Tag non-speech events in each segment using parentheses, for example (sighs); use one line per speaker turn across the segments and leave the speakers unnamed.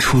初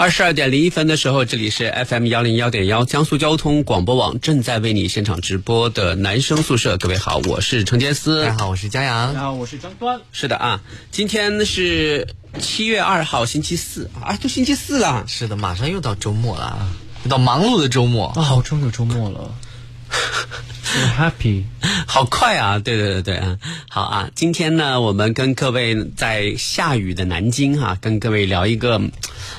二十二点零一分的时候，这里是 FM 幺零幺点幺江苏交通广播网正在为你现场直播的男生宿舍。各位好，我是程杰思。
大家好，我是佳阳。
大家好，我是张端。
是的啊，今天是七月二号，星期四啊，就星期四了。
是的，马上又到周末了，啊又到忙碌的周末。
哦，终于有周末了。So happy，
(laughs) 好快啊！对对对对啊，好啊！今天呢，我们跟各位在下雨的南京哈、啊，跟各位聊一个，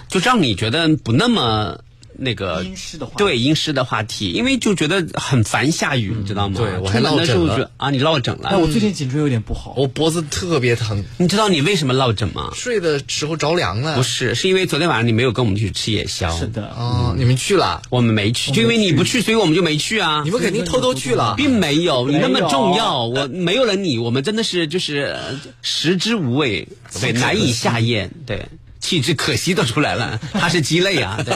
就让你觉得不那么那个
阴湿的话，
对阴湿的话题，因为就觉得很烦下雨，你知道吗？
对我还
出门
落
的时
枕
候
了
就啊，你落枕了。
哎，我最近颈椎有点不好。
我哦脖子特别疼，
你知道你为什么落枕吗？
睡的时候着凉了。
不是，是因为昨天晚上你没有跟我们去吃夜宵。
是，的，
哦，你们去了，
我们没去，就因为你不去，所以我们就没去啊。
你们肯定偷偷去了。
并啊没有你
没
那
有
么重要，我没有了你，我们真的是就是呃食之无味， (laughs) 对，难以下咽，对，弃之可惜都出来了， (laughs) 他是鸡肋啊，对，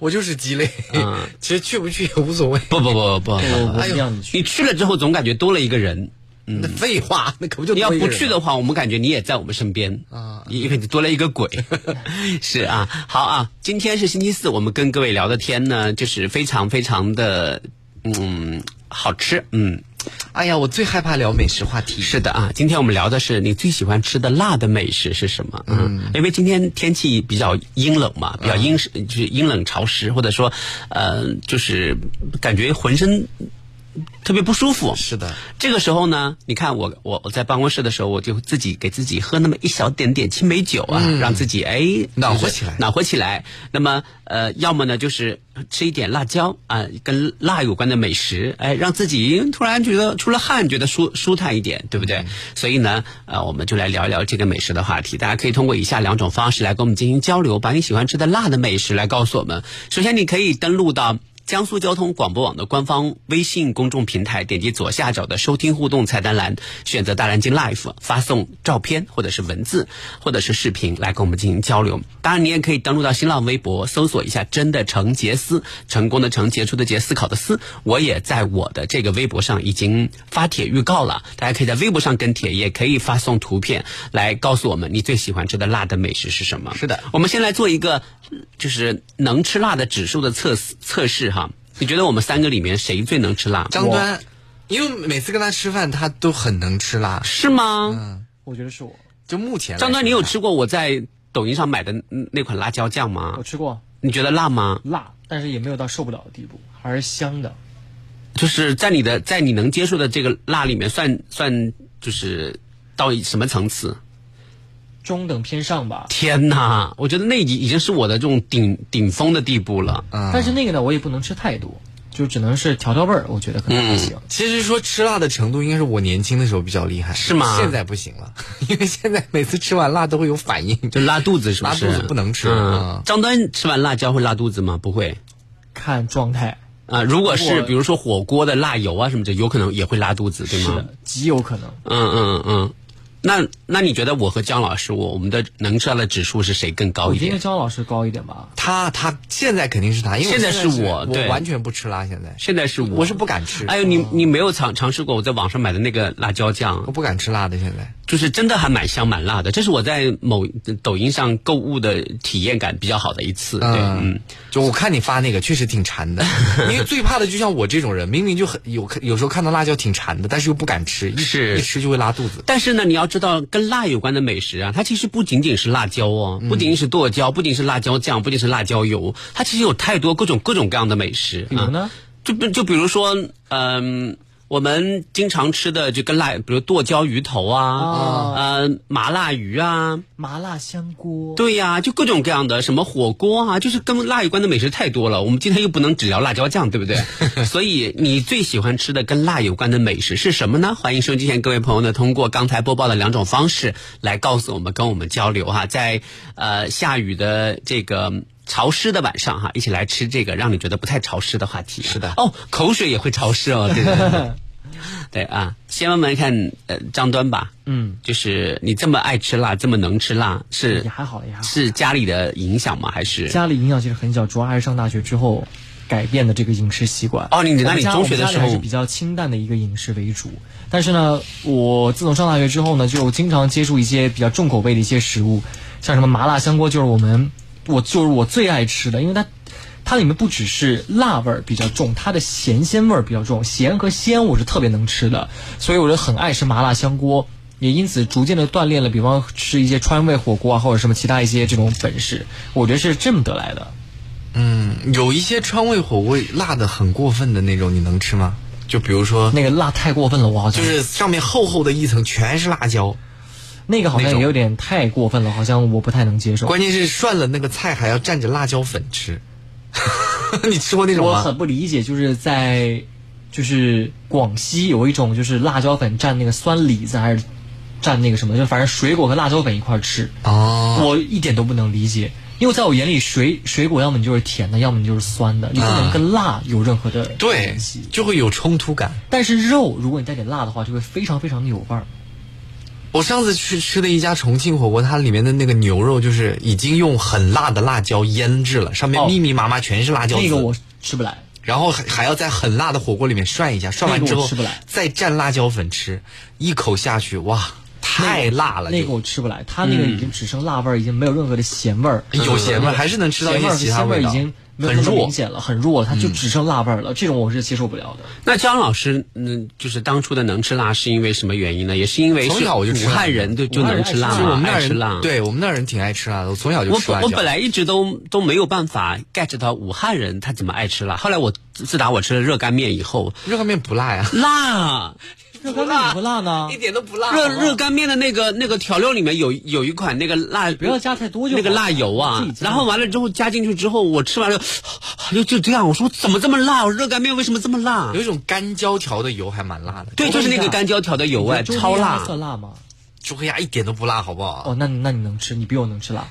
我就是鸡肋
嗯，
(laughs) 其实去不去也无所谓。
(laughs) 不不不不
我
不，
我一定要你去。
你去了之后总感觉多了一个人，
那废话， (laughs) 那可不就
嗯你要
多一个
不
人
去的话，我们感觉你也在我们身边
啊，
因为你多了一个鬼。 (laughs) 是啊，好啊，今天是星期四，我们跟各位聊的天呢，就是非常非常的嗯好吃，嗯。
哎呀，我最害怕聊美食话题。
是的啊，今天我们聊的是你最喜欢吃的辣的美食是什么？嗯，因为今天天气比较阴冷
嗯
嘛，比较阴湿，就是阴冷潮湿，或者说，呃，就是感觉浑身特别不舒服。
是的，
这个时候呢，你看我我我在办公室的时候，我就自己给自己喝那么一小点点青梅酒啊，
嗯
让自己哎
暖和起来
暖和起来。那么呃，要么呢就是吃一点辣椒啊、跟辣有关的美食，哎，让自己突然觉得出了汗，觉得舒舒坦一点，对不对？
嗯
所以呢，呃，我们就来聊一聊这个美食的话题。大家可以通过以下两种方式来跟我们进行交流，把你喜欢吃的辣的美食来告诉我们。首先，你可以登录到。江苏交通广播网的官方微信公众平台，点击左下角的收听互动菜单栏，选择大蓝鲸 Life，发送照片或者是文字或者是视频来跟我们进行交流。当然，你也可以登录到新浪微博，搜索一下“真的成杰斯”，成功的成，杰出的杰，思考的思。我也在我的这个微博上已经发帖预告了，大家可以在微博上跟帖，也可以发送图片来告诉我们你最喜欢吃的辣的美食是什么。
是的，
我们先来做一个就是能吃辣的指数的测试测试哈。你觉得我们三个里面谁最能吃辣？
张端，因为每次跟他吃饭，他都很能吃辣。
是吗？
嗯
我觉得是我，
就目前来说，
张端，你有吃过我在抖音上买的嗯那款辣椒酱吗
我？吃过
你觉得辣吗？
辣，但是也没有到受不了的地步，还是香的。
就是在你的在你能接受的这个辣里面算，算就是到什么层次？
中等偏上吧。
天哪，我觉得那已已经是我的这种顶顶峰的地步了。
嗯
但是那个呢，我也不能吃太多，就只能是调调味儿，我觉得可能还行。
其实说吃辣的程度，应该是我年轻的时候比较厉害，
是吗
现在不行了， (laughs) 因为现在每次吃完辣都会有反应，
就拉肚子是不是？
拉肚子不能吃
嗯
啊，
张端吃完辣椒会拉肚子吗？不会。
看状态，
啊、如果是
如果
比如说火锅的辣油啊什么的，有可能也会拉肚子，对
是
吗？
的，极有可能。
嗯嗯嗯。那那你觉得我和姜老师，我我们的能吃辣的指数是谁更高
我
一
觉得
点？
姜老师高一点吧。
他他现在肯定是他，因为
现在
是
是我
我
对
完全不吃辣，现在
现在是我，
我是不敢吃，
哎呦，你你没有尝尝试过我在网上买的那个辣椒
我
酱，
不敢吃辣的，现在
就是真的还蛮香蛮辣的。这是我在某抖音上购物的体验感比较好的一次。对，嗯，
就我看你发那个确实挺馋 (laughs) 的，因为最怕的就像我这种人，明明就很有有时候看到辣椒挺馋的，但是又不敢吃，一
是
一吃就会拉肚子。
但是呢，你要知道，跟辣有关的美食啊，它其实不仅仅是辣椒哦，
嗯
不仅仅是剁椒，不仅是辣椒酱，不仅是辣椒油，它其实有太多各种各种各样的美食。
比如呢
啊？就比就比如说，嗯、我们经常吃的就跟辣，比如剁椒鱼头
哦
啊，嗯、麻辣鱼啊，
麻辣香锅，
对呀、就各种各样的什么火锅啊，就是跟辣有关的美食太多了。我们今天又不能只聊辣椒酱，对不
(laughs)
对？所以你最喜欢吃的跟辣有关的美食是什么呢？欢迎收音机前各位朋友呢，通过刚才播报的两种方式来告诉我们，跟我们交流哈、在呃下雨的这个。潮湿的晚上哈，一起来吃这个让你觉得不太潮湿的话题。
是的
哦，口水也会潮湿哦，对对对
(laughs)
对。对啊，先问问看，呃，张端吧，
嗯，
就是你这么爱吃辣，这么能吃辣，是
也还好也还好
是家里的影响吗？还是
家里影响其实很小，主要还是上大学之后改变的这个饮食习惯。
哦你那你
我们家
中学的
我们家里
时候
还是比较清淡的一个饮食为主，但是呢，我自从上大学之后呢，就经常接触一些比较重口味的一些食物，像什么麻辣香锅，就是我们我就是我最爱吃的，因为它。它里面不只是辣味儿比较重，它的咸鲜味儿比较重，咸和鲜我是特别能吃的，所以我就很爱吃麻辣香锅，也因此逐渐的锻炼了，比方吃一些川味火锅啊，或者什么其他一些这种本事，我觉得是这么得来的。
嗯有一些川味火锅辣的很过分的那种，你能吃吗？就比如说，
那个辣太过分了，我好像
就是上面厚厚的一层全是辣椒，
那个好像
那种
也有点太过分了，好像我不太能接受。
关键是涮了那个菜还要蘸着辣椒粉吃。 (laughs) 你吃过那种
我
吗？
很不理解，就是在就是广西有一种就是辣椒粉蘸那个酸李子还是蘸那个什么，就反正水果和辣椒粉一块儿吃，
哦，
我一点都不能理解。因为在我眼里，水水果要么你就是甜的，要么你就是酸的，你不能跟辣有任何的
啊对
联系。，
就会有冲突感。
但是肉，如果你带点辣的话，就会非常非常的有味儿。
我上次去吃的一家重庆火锅，它里面的那个牛肉就是已经用很辣的辣椒腌制了，上面
哦
密密麻麻全是辣椒
那
籽
个我吃不来。
然后还还要在很辣的火锅里面涮一下，涮完之
那个
后
我吃不来
再蘸辣椒粉吃，一口下去，哇，太辣了！
那
就嗯
个我吃不来，它那个已经只剩辣味儿，已经没有任何的咸味儿，
哎有咸味儿
嗯
还是能吃到一些
咸味儿和
其他
鲜味儿
味道
已经没有那
很
么
弱嗯
明显了，很弱了，它就只剩辣味儿了，这种我是接受不了的。
那张老师，嗯，就是当初的能吃辣是因为什么原因呢？也是因为
从
是
小我就吃
武
辣
汉人就就能吃辣
其实我
嘛，
们那儿
爱吃
人
辣。，
对我们那儿人挺爱吃辣的，我从小就
我
吃辣
本
椒。
我本来一直都都没有办法 get 到武汉人他怎么爱吃辣。后来我自自打我吃了热干面以后，
热干面不
(laughs)
辣呀，
辣，
热干面
(laughs)
也不辣呢，
点都不辣
热热干面的那个那个调料里面有有一款那个辣，不
不要加太多就
那
好
个辣油啊
自己。加
然后完了之后加进去之后， (sighs) 我吃完了就就这样，我说怎么这么辣？我热干面为什么这么辣
有？一种干椒调的油还蛮辣的。
对，就是那个干椒调的油哎，
你觉得
超
周黑鸭
辣。
算辣吗？
猪黑鸭一点都不辣，好不好？
哦，那你那你能吃，你比我能吃辣。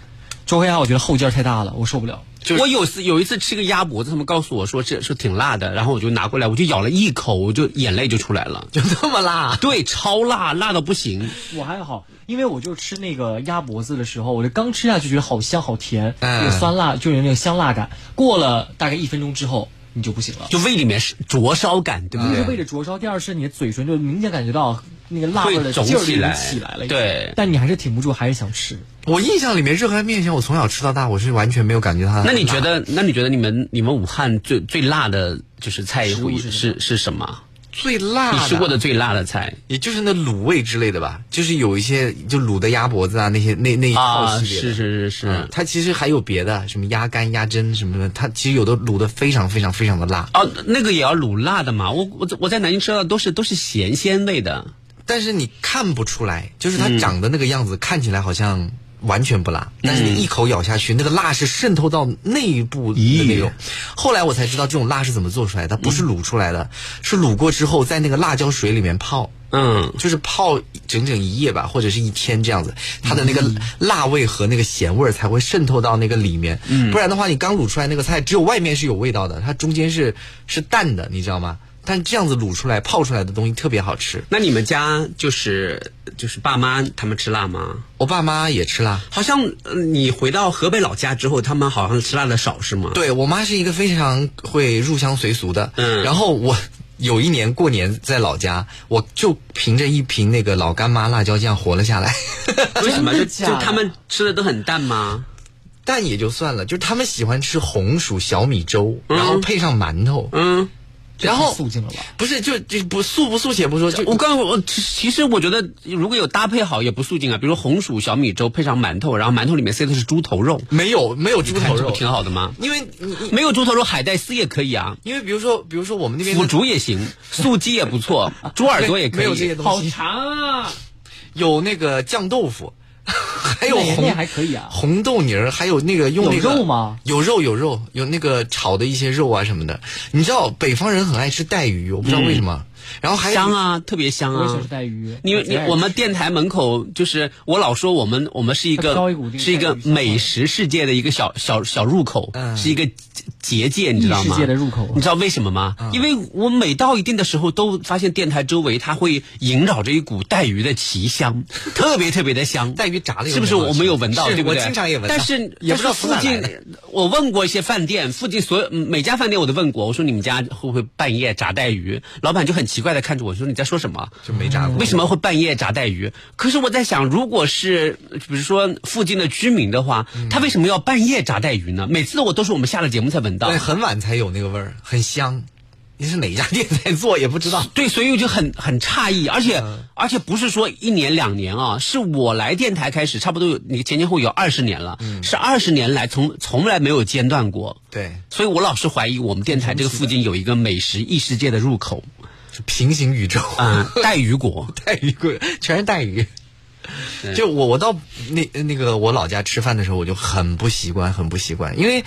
周黑鸭我觉得后劲儿太大了，我受不了。
就是
我有次有一次吃个鸭脖子，他们告诉我说这是挺辣的，然后我就拿过来，我就咬了一口，我就眼泪就出来了，就这么辣？对，超辣，辣到不行。
我还好，因为我就吃那个鸭脖子的时候，我就刚吃下去觉得好香好甜，
嗯
那个酸辣就有那个香辣感。过了大概一分钟之后，你就不行了。
就胃里面是灼烧感，对不
一
啊对？
是为了灼烧，第二是你的嘴唇就明显感觉到那个辣味儿
会
的
肿
劲儿已
起
经
来
起来了，
对
但你还是挺不住，还是想吃。
我印象里面热干面，像我从小吃到大，我是完全没有感觉它。
那你觉？得？那你觉得你们你们武汉最最辣的就是菜
食物
会
是什
是是什么？
最辣
你吃过的最辣的菜
也就是那卤味之类的吧，就是有一些就卤的鸭脖子啊，那些那那一套
啊？
系列
是
的。
是是是。
嗯，它其实还有别的，什么鸭肝、鸭胗什么的，它其实有的卤的非常非常非常的辣。
哦，那个也要卤辣的嘛！我我在我在南京吃到的都是都是咸鲜味的，
但是你看不出来，就是它长的那个样子，看起来好像完全不辣，
嗯
但是你一口咬下去，那个辣是渗透到内部的那种。后来我才知道这种辣是怎么做出来的，它
嗯
不是卤出来的，是卤过之后在那个辣椒水里面泡。
嗯，
就是泡整整一夜吧，或者是一天这样子，它的那个辣味和那个咸味儿才会渗透到那个里面。不然的话，你刚卤出来那个菜，只有外面是有味道的，它中间是是淡的，你知道吗？但这样子卤出来、泡出来的东西特别好吃。
那你们家就是就是爸妈他们吃辣吗？
我爸妈也吃辣，
好像呃你回到河北老家之后，他们好像吃辣的少是吗？
对我妈是一个非常会入乡随俗的。
嗯
然后我有一年过年在老家，我就凭着一瓶那个老干妈辣椒酱活了下来。
为什么？就就
真的假的
他们吃的都很淡吗？
但也就算了，就是他们喜欢吃红薯小米粥，然后配上馒头，
嗯，
嗯这
然
太
后
肃静了吧？
不是就就不素不素且不说，就
我刚我其其实我觉得如果有搭配好也不肃静啊，比如说红薯小米粥配上馒头，然后馒头里面塞的是猪头肉，
没有没有猪头
这
肉
不，挺好的吗？
因为你你
没有猪头肉，海带丝也可以啊，
因为比如说比如说我们那边
腐竹也 (laughs) 行，素鸡也不错，猪耳朵也可以。
没有这些东西，
长啊！
有那个酱豆
(laughs)
腐，
哎
还有
那也
红
那还可以啊
红豆泥儿，还有那个用那个
有肉吗？
有肉有
嗯
肉，有那个炒的一些肉啊什么的。你知道北方人很爱吃带鱼，我不知道为什么。然后还有
香啊，特别香
我也喜
啊
欢吃。带鱼，
因为
我
你
最爱
我
吃
们电台门口就是我老说我们我们是一
它高
个
一股这个
是一个
带鱼香
美食世界的一个小小小入口，
嗯
是一个结界，你知道
异
吗？
世界的入
啊
口
你知道为什么吗？
嗯
因为我每到一定的时候，都发现电台周围它会萦绕着一股带鱼的奇
(laughs)
香，特别特别的香。
带鱼炸了有
是不是
没有
我没有闻到？
是
对不对？
我经常也闻到
但是
也不知
但
道
是
从哪
附近
来，
我问过一些饭店，附近所有嗯每家饭店我都问过，我说你们家会不会半夜炸带鱼？老板就很奇怪的看着我说你在说什么？
就没炸过
为什么会半夜炸带鱼？可是我在想，如果是比如说附近的居民的话，
嗯
他为什么要半夜炸带鱼呢？每次我都是我们下了节目才闻到
对，。很晚才有那个味儿，很香。你是哪家店在做也不知道。
对，所以我就很很诧异，而且、
嗯
而且不是说一年两年啊，是我来电台开始，差不多有你前前后后有二十年了，
嗯
是二十年来从从来没有间断过。
对，
所以我老是怀疑我们电台
嗯
这个附近有一个美食异世界的入
(laughs)
口，
是平行宇宙。
啊、带鱼
(laughs)
果。
带鱼贵，全是带鱼。就我我到那那个我老家吃饭的时候，我就很不习惯，很不习惯，因为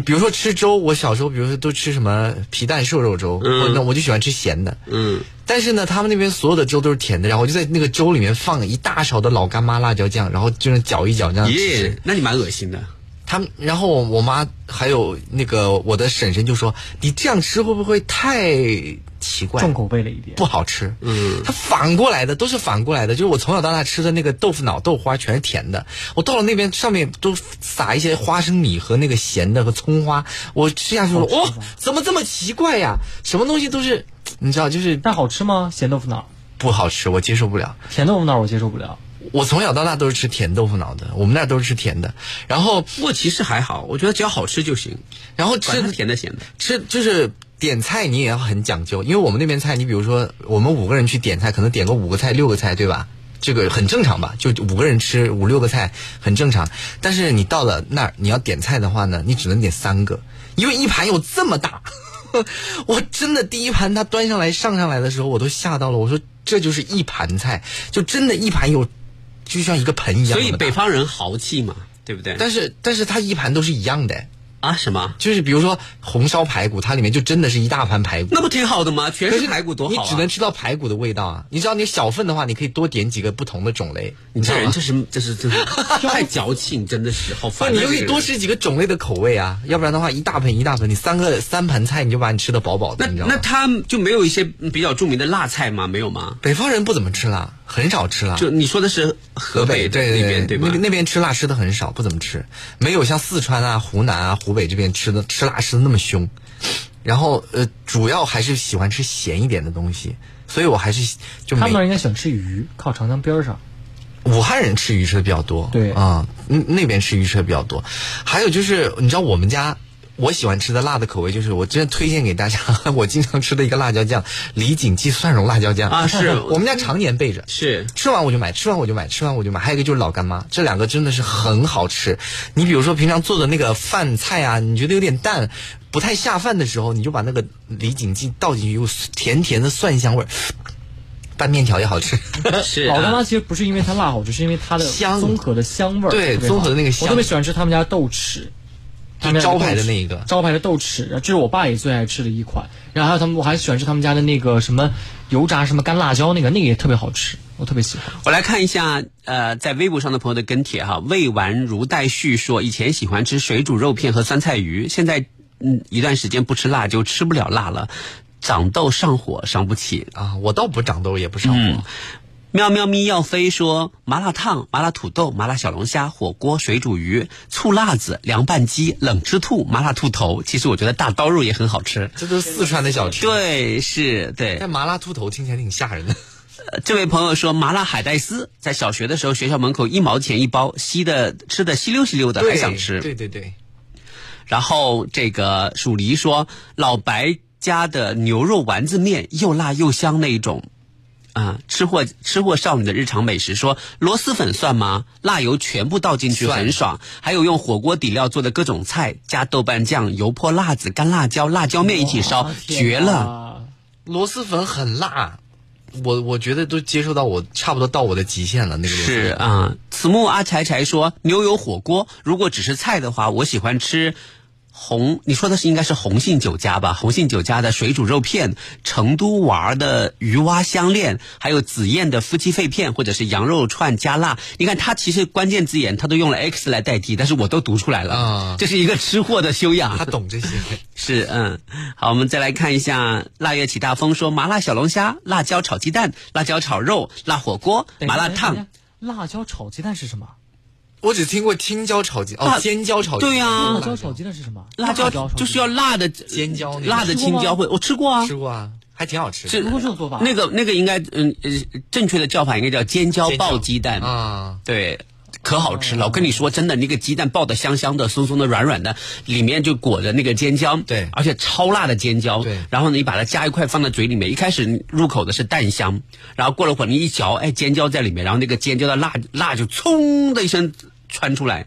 比如说吃粥，我小时候比如说都吃什么皮蛋瘦肉粥，我那我就喜欢吃咸的，嗯。但是呢，他们那边所有的粥都是甜的，然后我就在那个粥里面放一大勺的老干妈辣椒酱，然后就那搅一搅这样吃。
那你蛮恶心的。
他们，然后我我妈还有那个我的婶婶就说：“你这样吃会不会太奇怪？”
重口味了一点。
不好吃。嗯，它反过来的都是反过来的，就是我从小到大吃的那个豆腐脑、豆花全是甜的，我到了那边上面都撒一些花生米和那个咸的和葱花，我吃下去了，哇、怎么这么奇怪呀？什么东西都是，你知道，就是
但好吃吗？咸豆腐脑，
不好吃，我接受不了。
甜豆腐脑我接受不了。
我从小到大都是吃甜豆腐脑的，我们那儿都是吃甜的，然后
不过其实还好，我觉得只要好吃就行，
然后吃
管它甜的咸的。
吃就是点菜你也要很讲究，因为我们那边菜，你比如说我们五个人去点菜，可能点个五个菜、六个菜，对吧？这个很正常吧？就五个人吃五六个菜很正常。但是你到了那儿，你要点菜的话呢，你只能点三个，因为一盘有这么大。 (laughs) 我真的第一盘他端上来上上来的时候，我都吓到了。我说这就是一盘菜，就真的一盘有，就像一个盆一
所
样那么
以
大。
北方人豪气嘛，对不对？
但是但是它一盘都是一样的，
啊什么？
就是比如说红烧排骨，它里面就真的是一大盘排骨。
那不挺好的吗？全
可
是排骨多好、啊、
你只能吃到排骨的味道啊！你知道，你小份的话，你可以多点几个不同的种类，
你
你知
这
道
人
吗？
这是这是真的 (laughs) 太矫情，真的是好
那
烦啊。
你就可
这
以
个人
多。吃几个种类的口味啊，要不然的话，一大盆一大盆，你三个三盘菜，你就把你吃的饱饱
那
的，你知道
那
吗？
他就没有一些比较著名的辣菜吗？没有吗？
北方人不怎么吃辣，很少吃辣。
就你说的是啊河北
对
那边
对
吧？
那个那边吃辣吃的很少，不怎么吃，没有像四川啊、湖南啊、湖北这边吃的吃辣吃的那么凶。然后呃，主要还是喜欢吃咸一点的东西，所以我还是就
他们
没
那儿应该喜欢吃鱼，靠长江边儿上。
武汉人吃鱼吃的比较多，
对
啊、嗯，那边吃鱼吃的比较多。还有就是，你知道我们家我喜欢吃的辣的口味，就是我真的推荐给大家， (laughs) 我经常吃的一个辣椒酱——李锦记蒜蓉辣椒酱
啊是
(laughs) 我们家常年备着，
是
吃完我就买，吃完我就买，吃完我就买。还有一个就是老干妈，这两个真的是很好吃。你比如说平常做的那个饭菜啊，你觉得有点淡，不太下饭的时候，你就把那个李锦记倒进去，有甜甜的蒜香味儿， (sniffs) 拌面条也好吃。 (laughs)
是
老干
啊
妈其实不是因为它辣好吃，是因为它的
香
综合的香味儿特别
对
好。
综合的那个香
我特别喜欢吃他们家豆豉，他们家
招牌的
豆豉
那一个
招牌的豆豉，然后这是我爸也最爱吃的一款。然后还有他们，我还喜欢吃他们家的那个什么油炸什么干辣椒，那个那个也特别好吃，我特别喜欢。
我来看一下，呃，在微博上的朋友的跟帖哈，未完如待续说，以前喜欢吃水煮肉片和酸菜鱼，现在嗯一段时间不吃辣就吃不了辣了，长痘上火伤不起。
啊，我倒不长痘，也不上火。
嗯喵喵咪要飞说，麻辣烫、麻辣土豆、麻辣小龙虾、火锅、水煮鱼、醋辣子、凉拌鸡、冷吃兔、麻辣兔头，其实我觉得大刀肉也很好吃。
这都是四川的小吃。，
对，是对。
但麻辣兔头听起来挺吓人的。
这位朋友说，麻辣海带丝在小学的时候，学校门口一毛钱一包，吸的吃的稀溜稀溜的，还想吃。
对对对，
然后这个蜀梨说，老白家的牛肉丸子面又辣又香那一种。啊，吃货吃货少女的日常美食说，螺蛳粉算吗？辣油全部倒进去
算
很爽，还有用火锅底料做的各种菜，加豆瓣酱、油泼辣子、干辣椒、辣椒面一起烧
哇，
绝了！！
螺蛳粉很辣，我我觉得都接受到我差不多到我的极限了。那个螺蛳
是嗯啊，此木阿柴柴说牛油火锅，如果只是菜的话，我喜欢吃红，你说的是应该是红杏酒家吧？红杏酒家的水煮肉片、成都娃儿的鱼蛙香链，还有紫燕的夫妻肺片，或者是羊肉串加辣。你看，它其实关键字眼它都用了 X 来代替，但是我都读出来了，
啊
这是一个吃货的修养。
他懂这些。 (laughs)
是，嗯，好，我们再来看一下腊月起大风说麻辣小龙虾、辣椒炒鸡蛋、辣椒炒肉、辣火锅、
等一
麻
下
辣
等一下
烫。
哎辣椒炒鸡蛋是什么？
我只听过青椒炒鸡，哦
啊，
尖椒炒鸡，
对呀
辣椒炒鸡蛋是什么？
嗯辣椒
炒鸡蛋
就是要辣的
尖椒那个
辣的青椒会，我吃过啊，
吃过啊，还挺好吃的。
是
如果这种做法
那个那个应该嗯呃正确的叫法应该叫尖椒
尖椒
爆鸡蛋，
啊，哦
对。可好吃了，我跟你说，真的，那个鸡蛋爆的香香的、松松的、软软的，里面就裹着那个尖椒，
对
而且超辣的尖椒，
对
然后呢，你把它夹一块放在嘴里面，一开始入口的是蛋香，然后过了会儿你一嚼，哎，尖椒在里面，然后那个尖椒的辣辣就冲的一声窜出来，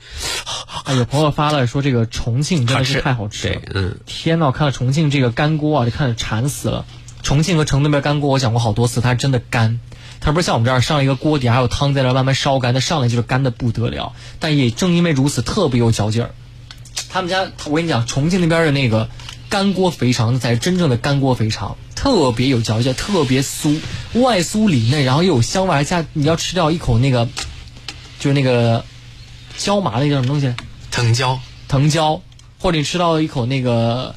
啊，有朋友发了说这个重庆真的
好吃
是太好吃了
对，嗯，
天呐，我看了重庆这个干锅啊，就看着馋死了。重庆和成都那边干锅，我讲过好多次，它是真的干，它不是像我们这儿上了一个锅底，还有汤在那儿慢慢烧干，它上来就是干的不得了。但也正因为如此，特别有嚼劲儿。他们家，我跟你讲，重庆那边的那个干锅肥肠才是真正的干锅肥肠，特别有嚼劲，特别酥，外酥里嫩，然后又有香味儿，还加你要吃掉一口那个，就是那个椒麻那叫什么东西？
藤椒、
藤椒，或者你吃到一口那个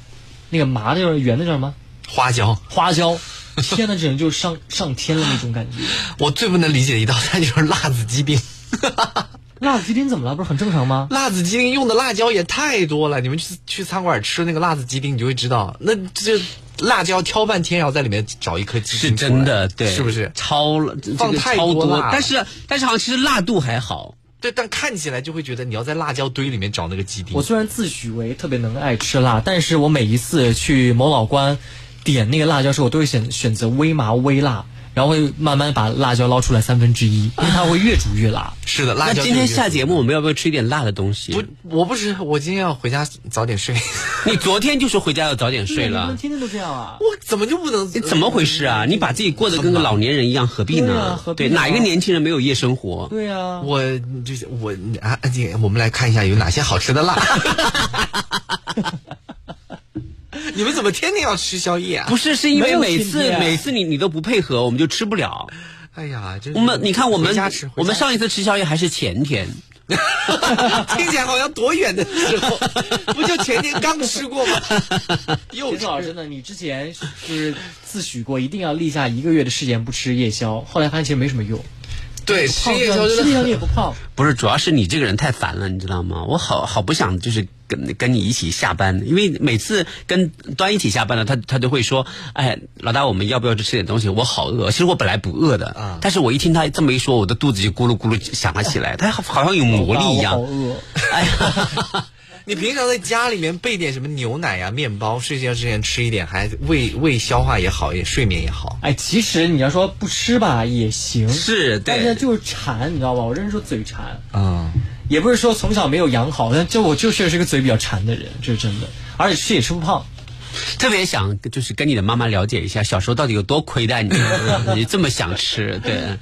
那个麻的，就是圆的叫什么
花椒，
花椒，天呐，简直就是上上天了那种感觉。
我最不能理解的一道 (laughs) 菜就是辣子鸡丁。
辣子鸡丁怎么了？不是很正常吗？
辣子鸡丁用的辣椒也太多了，你们去去餐馆吃那个辣子鸡丁，你就会知道，那这辣椒挑半天，然后在里面找一颗鸡
是
丁出来，
真的，对，
是不是？
超了这
放
个
太
超
多
多
辣了
但是但是好像其实辣度还好，
对，但看起来就会觉得你要在辣椒堆里面找那个鸡丁
我。虽然自诩为特别能爱吃辣，但是我每一次去某老关点那个辣椒时，候，我都会选选择微麻微辣。然后会慢慢把辣椒捞出来三分之一，因为它会越煮越辣。
是的，辣
那
椒。
今天下节目，我们要不要吃一点辣的东西？
不，我不吃，我今天要回家早点睡。 (laughs)
你昨天就说回家要早点 (laughs) 睡
你们 (laughs)
了，
天天都这样啊？
我怎么就不能？
你怎么回事啊？你把自己过得跟个老年人一样，何必
对
呢
啊？何必
对，
呢
哪一个年轻人没有夜生活？
对啊，
我就是我啊，姐，我们来看一下有哪些好吃的辣。 (laughs) 你们怎么天天要吃宵夜啊？
不是，是因为
没有啊
每
信
次
念
每次你你都不配合，我们就吃不了。
哎呀，真是
我们你看我
回
们
家吃，
我们
回家
上一次吃宵夜还是前天，
听起来好像多远的时候， (laughs) 不就前天刚吃过吗？又
田
吃
总老师呢？你之前就是自诩过一定要立下一个月的誓言不吃夜宵，后来发现其实没什么用。
对吃夜宵
吃
真
夜宵
的
你
很
也不胖，
(laughs)
不是，主要是你这个人太烦了，你知道吗？我好好不想就是跟跟你一起下班，因为每次跟端一起下班了，他他就会说，哎，老大，我们要不要去吃点东西？我好饿。其实我本来不饿的，
啊
但是我一听他这么一说，我的肚子就咕噜咕噜响了起来，他好像有魔力一样。
啊我好饿。
哎呀，
你平常在家里面备点什么牛奶呀、面包，睡觉之前吃一点，还胃胃消化也好，也睡眠也好。
哎，其实你要说不吃吧也行，
是
但
对。
是就是馋，你知道吧？我认识说嘴馋，
嗯，
也不是说从小没有养好，但就我就确实是个嘴比较馋的人，这是真的。而且吃也吃不胖，
特别想就是跟你的妈妈了解一下，小时候到底有多亏待你， (laughs) 你这么想吃，对。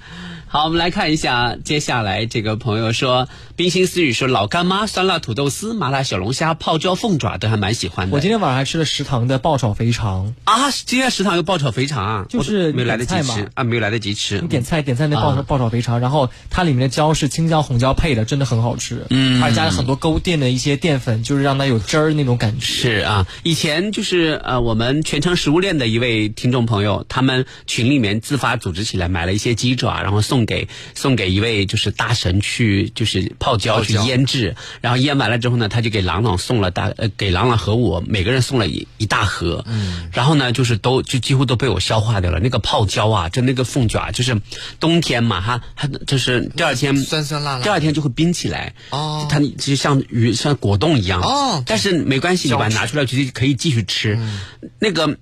好，我们来看一下，接下来这个朋友说，冰心思雨说，老干妈、酸辣土豆丝、麻辣小龙虾、泡椒凤爪都还蛮喜欢的。
我今天晚上还吃了食堂的爆炒肥肠，
啊，今天食堂有爆炒肥肠啊，
就是
我都
你
没有来得及
点菜
吃
嘛
啊，没有来得及吃。
你点菜点菜那
啊
爆炒、爆炒肥肠，然后它里面的椒是青椒红椒配的，真的很好吃，嗯，还加了很多勾芡的一些淀粉，就是让它有汁儿那种感觉。
是啊，以前就是呃，我们全程食物链的一位听众朋友，他们群里面自发组织起来买了一些鸡爪，然后送给送给一位就是大神去就是泡椒去腌制，然后腌完了之后呢，他就给朗朗送了大呃给朗朗和我每个人送了一一大盒，嗯，然后呢就是都就几乎都被我消化掉了。那个泡椒啊，就那个凤爪，就是冬天嘛哈，它就是第二天
酸酸辣辣
第二天就会冰起来
哦
它就像鱼像果冻一样
哦
但是没关系，你把它拿出来其实可以继续吃。
嗯
那个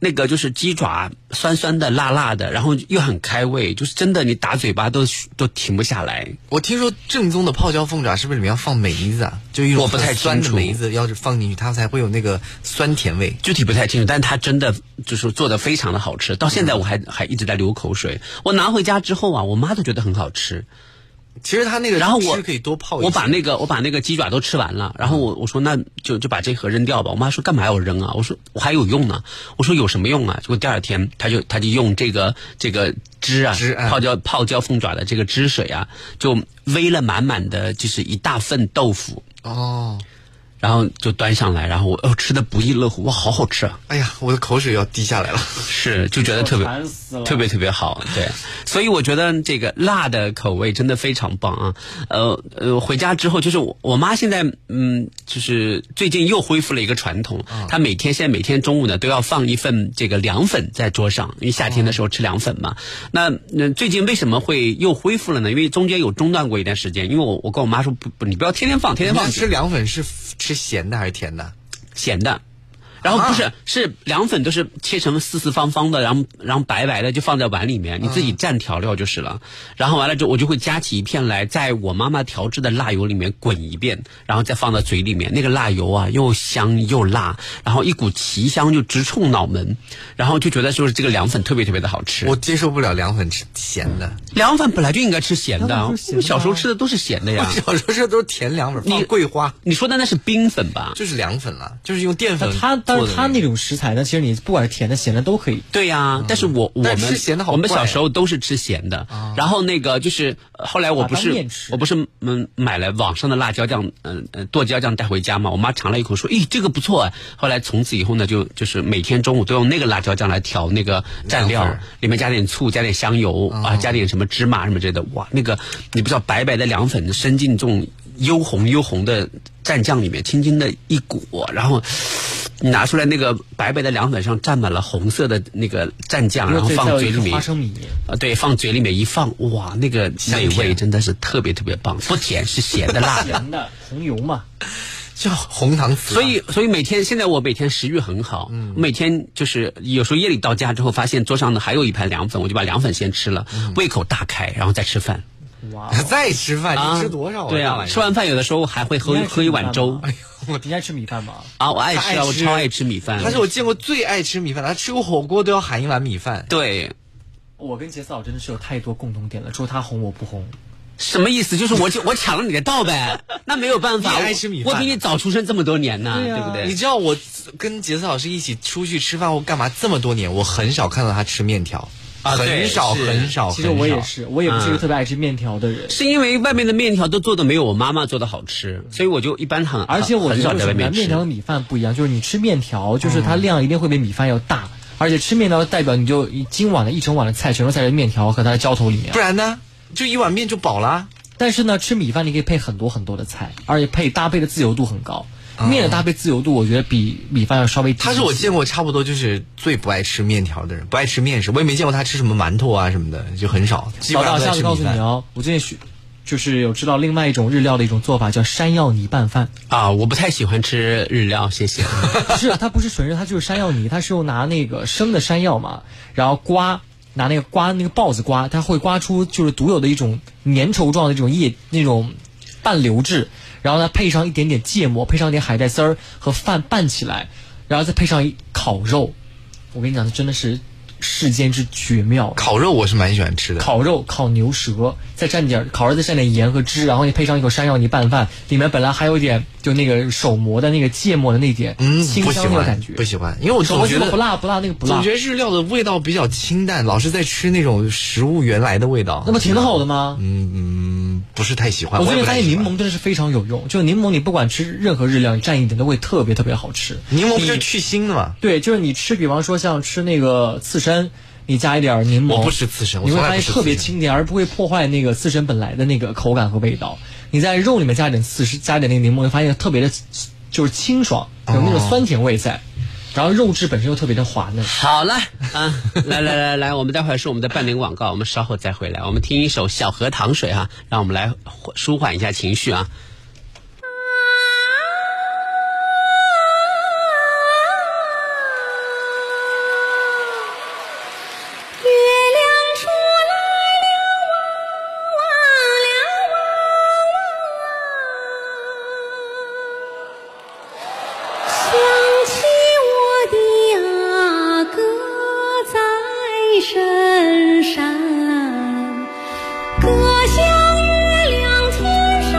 那个就是鸡爪，酸酸的、辣辣的，然后又很开胃，就是真的你打嘴巴都都停不下来。
我听说正宗的泡椒凤爪是不是里面要放梅子啊？就一种
我不太
很酸的
清楚
梅子，要是放进去，它才会有那个酸甜味。
具体不太清楚，但是它真的就是做的非常的好吃，到现在我还、还一直在流口水。我拿回家之后啊，我妈都觉得很好吃。
其实它那个
然后我
汁可以多泡一下。
我把那个我把那个鸡爪都吃完了，然后我我说那就就把这盒扔掉吧。我妈说干嘛要扔啊？我说我还有用呢。我说有什么用啊？结果第二天她就她就用这个这个汁啊，
汁嗯
泡椒泡椒凤爪的这个汁水啊，就煨了满满的就是一大份豆腐，
哦，
然后就端上来，然后我哦吃的不亦乐乎，哇，好好吃啊！
哎呀，我的口水要滴下来了。
是就觉得特别
馋死了
特别特别好，对，所以我觉得这个辣的口味真的非常棒啊。呃呃，回家之后就是我我妈现在嗯，就是最近又恢复了一个传统，她每天现在每天中午呢都要放一份这个凉粉在桌上，因为夏天的时候吃凉粉嘛。那那最近为什么会又恢复了呢？因为中间有中断过一段时间，因为我我跟我妈说不不，你不要天天放，天
你
天放
们吃凉粉是吃咸的还是甜的？
咸的。然后不
啊
是、是凉粉都是切成四四方方的，然后然后白白的就放在碗里面，你
嗯
自己蘸调料就是了。然后完了之后，我就会夹起一片来，在我妈妈调制的辣油里面滚一遍，然后再放到嘴里面。那个辣油啊，又香又辣，然后一股奇香就直冲脑门，然后就觉得就是这个凉粉特别特别的好吃。
我接受不了凉粉吃咸的，
凉粉本来就应该吃咸的，
凉
我们
粉是咸的啊
小时候吃的都是咸的
我
呀。
小时候吃的都是甜凉粉，放
你
桂花
你说的那是冰粉吧？
就是凉粉了，就是用淀粉
嗯
但它但
做
是
的
它
那
那种食材呢，其实你不管是甜的咸的都可以。
对呀、但是我我
嗯但
们
吃咸的好
我们
怪啊
小时候都是吃咸的。然后那个就是呃后来我不
把它
是
面吃
我不是嗯买了网上的辣椒酱，嗯、呃、剁椒酱带回家嘛，我妈尝了一口说，咦这个不错、啊。后来从此以后呢，就就是每天中午都用那个辣椒酱来调那个蘸
凉粉
料
儿，
里面加点醋，加点香油、啊，加点什么芝麻什么之类的。哇，那个你不知道白白的凉粉伸进这种幽红幽红的蘸酱里面，轻轻的一裹，然后。你拿出来那个白白的凉粉上蘸满了红色的那个蘸酱，然后
对
放
再有
嘴
一
里
个
面
花，生米，
啊，对，放嘴里面一放，哇，那个
香
美
甜
味真的是特别特别棒，不甜是咸的辣
(laughs)
的。
甜的红油 (laughs) 嘛，
叫红糖糍啊，
所以，所以每天现在我每天食欲很好，
嗯
我每天就是有时候夜里到家之后，发现桌上呢还有一盘凉粉，我就把凉粉先吃了，
嗯
胃口大开，然后再吃饭。
哇！
再吃饭
啊，
你吃多少啊？
对
大
啊，
晚上
吃完饭有的时候还会喝
你爱吃
喝一
米饭
碗粥
吗。
(laughs)
你爱吃米饭吗？
啊，我爱
他爱
吃啊，我
吃
超爱吃米饭。
他是我见过最爱吃米饭的，他吃过火锅都要喊一碗米饭。
对。
我跟杰斯老真的是有太多共同点了，除了他红我不红。
什么意思？就是我我抢了你的道呗，那没有办法，
你爱吃米
我
饭啊
我比你早出生这么多年呢，
对
对
啊
不
你
对？
知道我跟杰斯老师一起出去吃饭或干嘛这么多年，我很少看到他吃面条，
啊对
很少
是
很少。
其实
很少
我也，是，我也不是一
嗯
个特别爱吃面条的人，
是因为外面的面条都做的没有我妈妈做的好吃，所以我就一般很
(laughs) 而且我
很
觉
少
得
在
为什么
外
呢
面吃。
面条和米饭不一样，就是你吃面条，就是
嗯
它量一定会比米饭要大，而且吃面条代表你就一今晚的一整碗的菜全都在这面条和它的浇头里面
不。然呢？就一碗面就饱啦。
但是呢，吃米饭你可以配很多很多的菜，而且配搭配的自由度很高。面的搭配自由度，我觉得比米饭要稍微低一些。
哦他是我见过差不多就是最不爱吃面条的人，不爱吃面食。我也没见过他吃什么馒头啊什么的，就很少。基
老
本上
大，
都在
下次
吃
告
米
诉你
饭。
哦，我最近学就是有知道另外一种日料的一种做法，叫山药泥拌饭。
啊，我不太喜欢吃日料，谢
(laughs)
谢。
不是，它不是纯肉，它就是山药泥，它是用拿那个生的山药嘛，然后刮，拿那个刮那个刨子刮，它会刮出就是独有的一种粘稠状的这种液那种半流质，然后呢配上一点点芥末，配上一点海带丝儿和饭拌起来，然后再配上一烤肉，我跟你讲，真的是世间之绝妙。
烤肉我是蛮喜欢吃的，
烤肉、烤牛舌，再蘸点儿烤肉，再蘸点盐和汁，然后你配上一口山药泥拌饭，里面本来还有一点就那个手磨的那个芥末的那点
嗯，
清
不喜
香的感
欢
觉，，
不喜欢，因为我
手
总
磨
觉
什么
得
不辣不辣那个不辣
总觉，得日料的味道比较清淡，老是在吃那种食物原来的味道。
那不挺好的吗？
嗯，不是太喜欢。
我
也
最近
不
发
太
现
喜
柠
欢
檬真的是非常有用，就柠檬你不管吃任何日料，你蘸一点都会特别特别好吃。
柠檬不就是
你
去腥的吗？
对，就是你吃，比方说像吃那个刺身，你加一点儿柠檬，
我不吃刺身我
你会
从
发
来
现
不吃
特别
刺身
清甜，而不会破坏那个刺身本来的那个口感和味道。你在肉里面加一点刺身，加一点那个柠檬，会发现特别的，就是清爽，有那
哦
种酸甜味在，然后肉质本身又特别的滑嫩。
好了啊，来来来来，我们待会儿是我们的半点广告，我们稍后再回来。我们听一首《小河淌水》哈，让我们来缓舒缓一下情绪啊。
啊月亮出来了，啊哇哇了哇哇！想起我的阿哥在深山，歌向月亮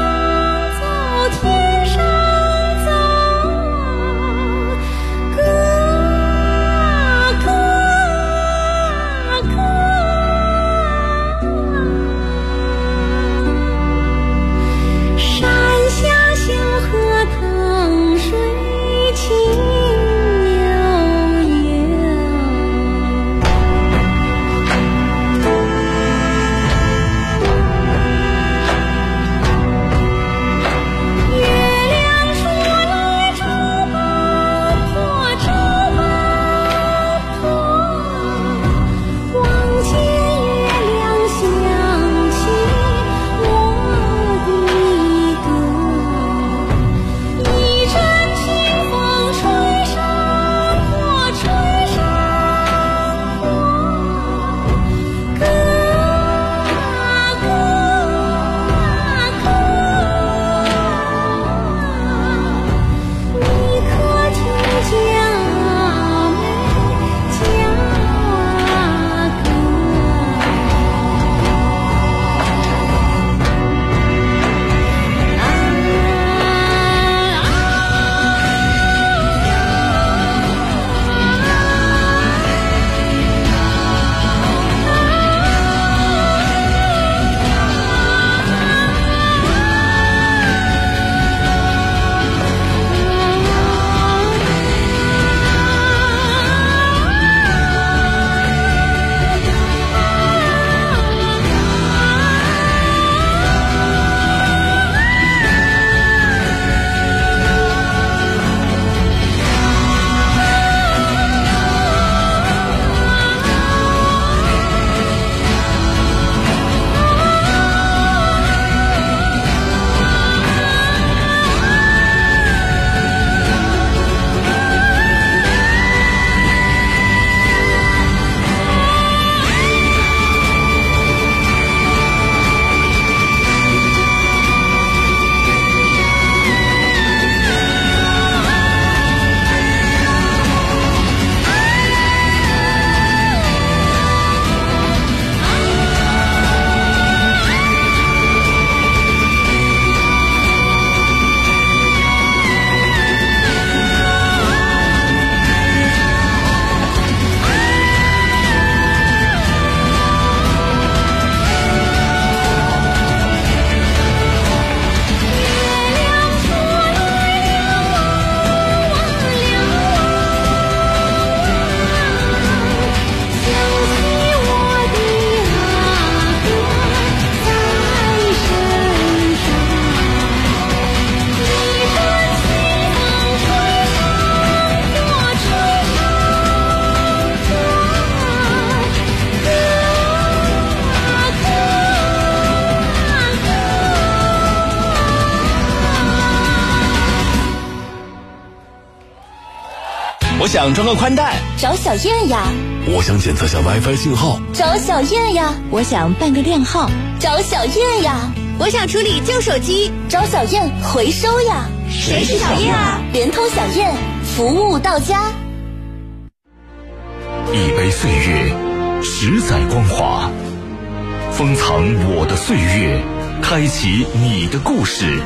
我想装个宽带，
找小燕呀，
我想检测下 WiFi 信号，
找小燕呀，
我想办个靓号，
找小燕呀，
我想处理旧手机，
找小燕回收呀。
谁是小燕啊？
联通小燕，服务到家。
一杯岁月，十载光华，封藏我的岁月，开启你的故事。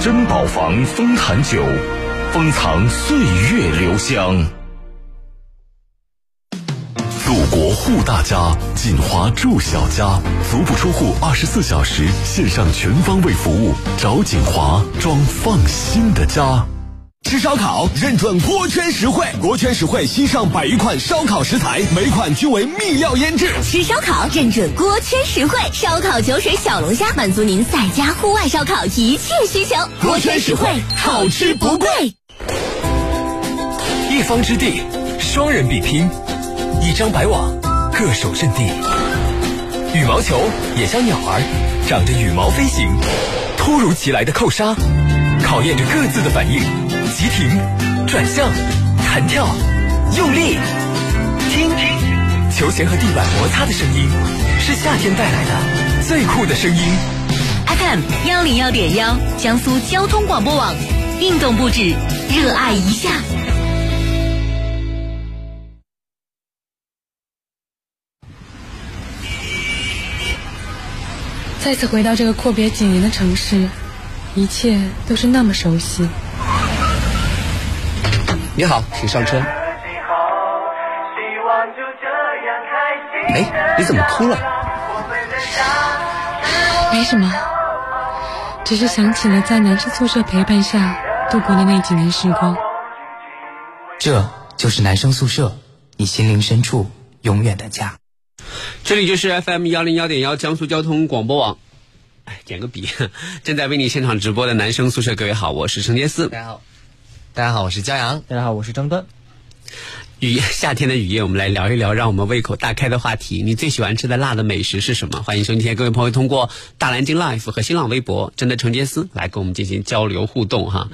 珍宝坊丰坛酒，封藏岁月留香。祖国护大家，锦华住小家，足不出户，二十四小时线上全方位服务，找锦华装放心的家。
吃烧烤认准锅圈实惠，锅圈实惠新上百余款烧烤食材，每款均为秘料腌制。
吃烧烤认准锅圈实惠，烧烤酒水小龙虾满足您在家户外烧烤一切需求。
锅圈实惠，好吃不贵。
一方之地，双人比拼；一张白网，各守阵地。羽毛球也像鸟儿，长着羽毛飞行。突如其来的扣杀，考验着各自的反应。急停、转向、弹跳、用力，听，球弦和地板摩擦的声音，是夏天带来的最酷的声音。
FM 幺零幺点幺，江苏交通广播网，运动不止，热爱一下。
再次回到这个阔别几年的城市，一切都是那么熟悉。
你好，请上车。哎，你怎么哭了？
没什么，只是想起了在男生宿舍陪伴下度过的那几年时光。
这就是男生宿舍，你心灵深处永远的家。
这里就是 FM 幺零幺点幺江苏交通广播网。哎，点个笔， (laughs) 正在为你现场直播的男生宿舍，各位好，我是陈杰思。
大家好，大家好，我是骄阳。
大家好，我是张端。
雨夏天的雨夜，我 (laughs) 们来聊一聊让我们胃口大开的话题。你最喜欢吃的辣的美食是什么？欢迎收听各位朋友通过大蓝鲸 Life 和新浪微博“真的陈杰斯”来跟我们进行交流互动哈。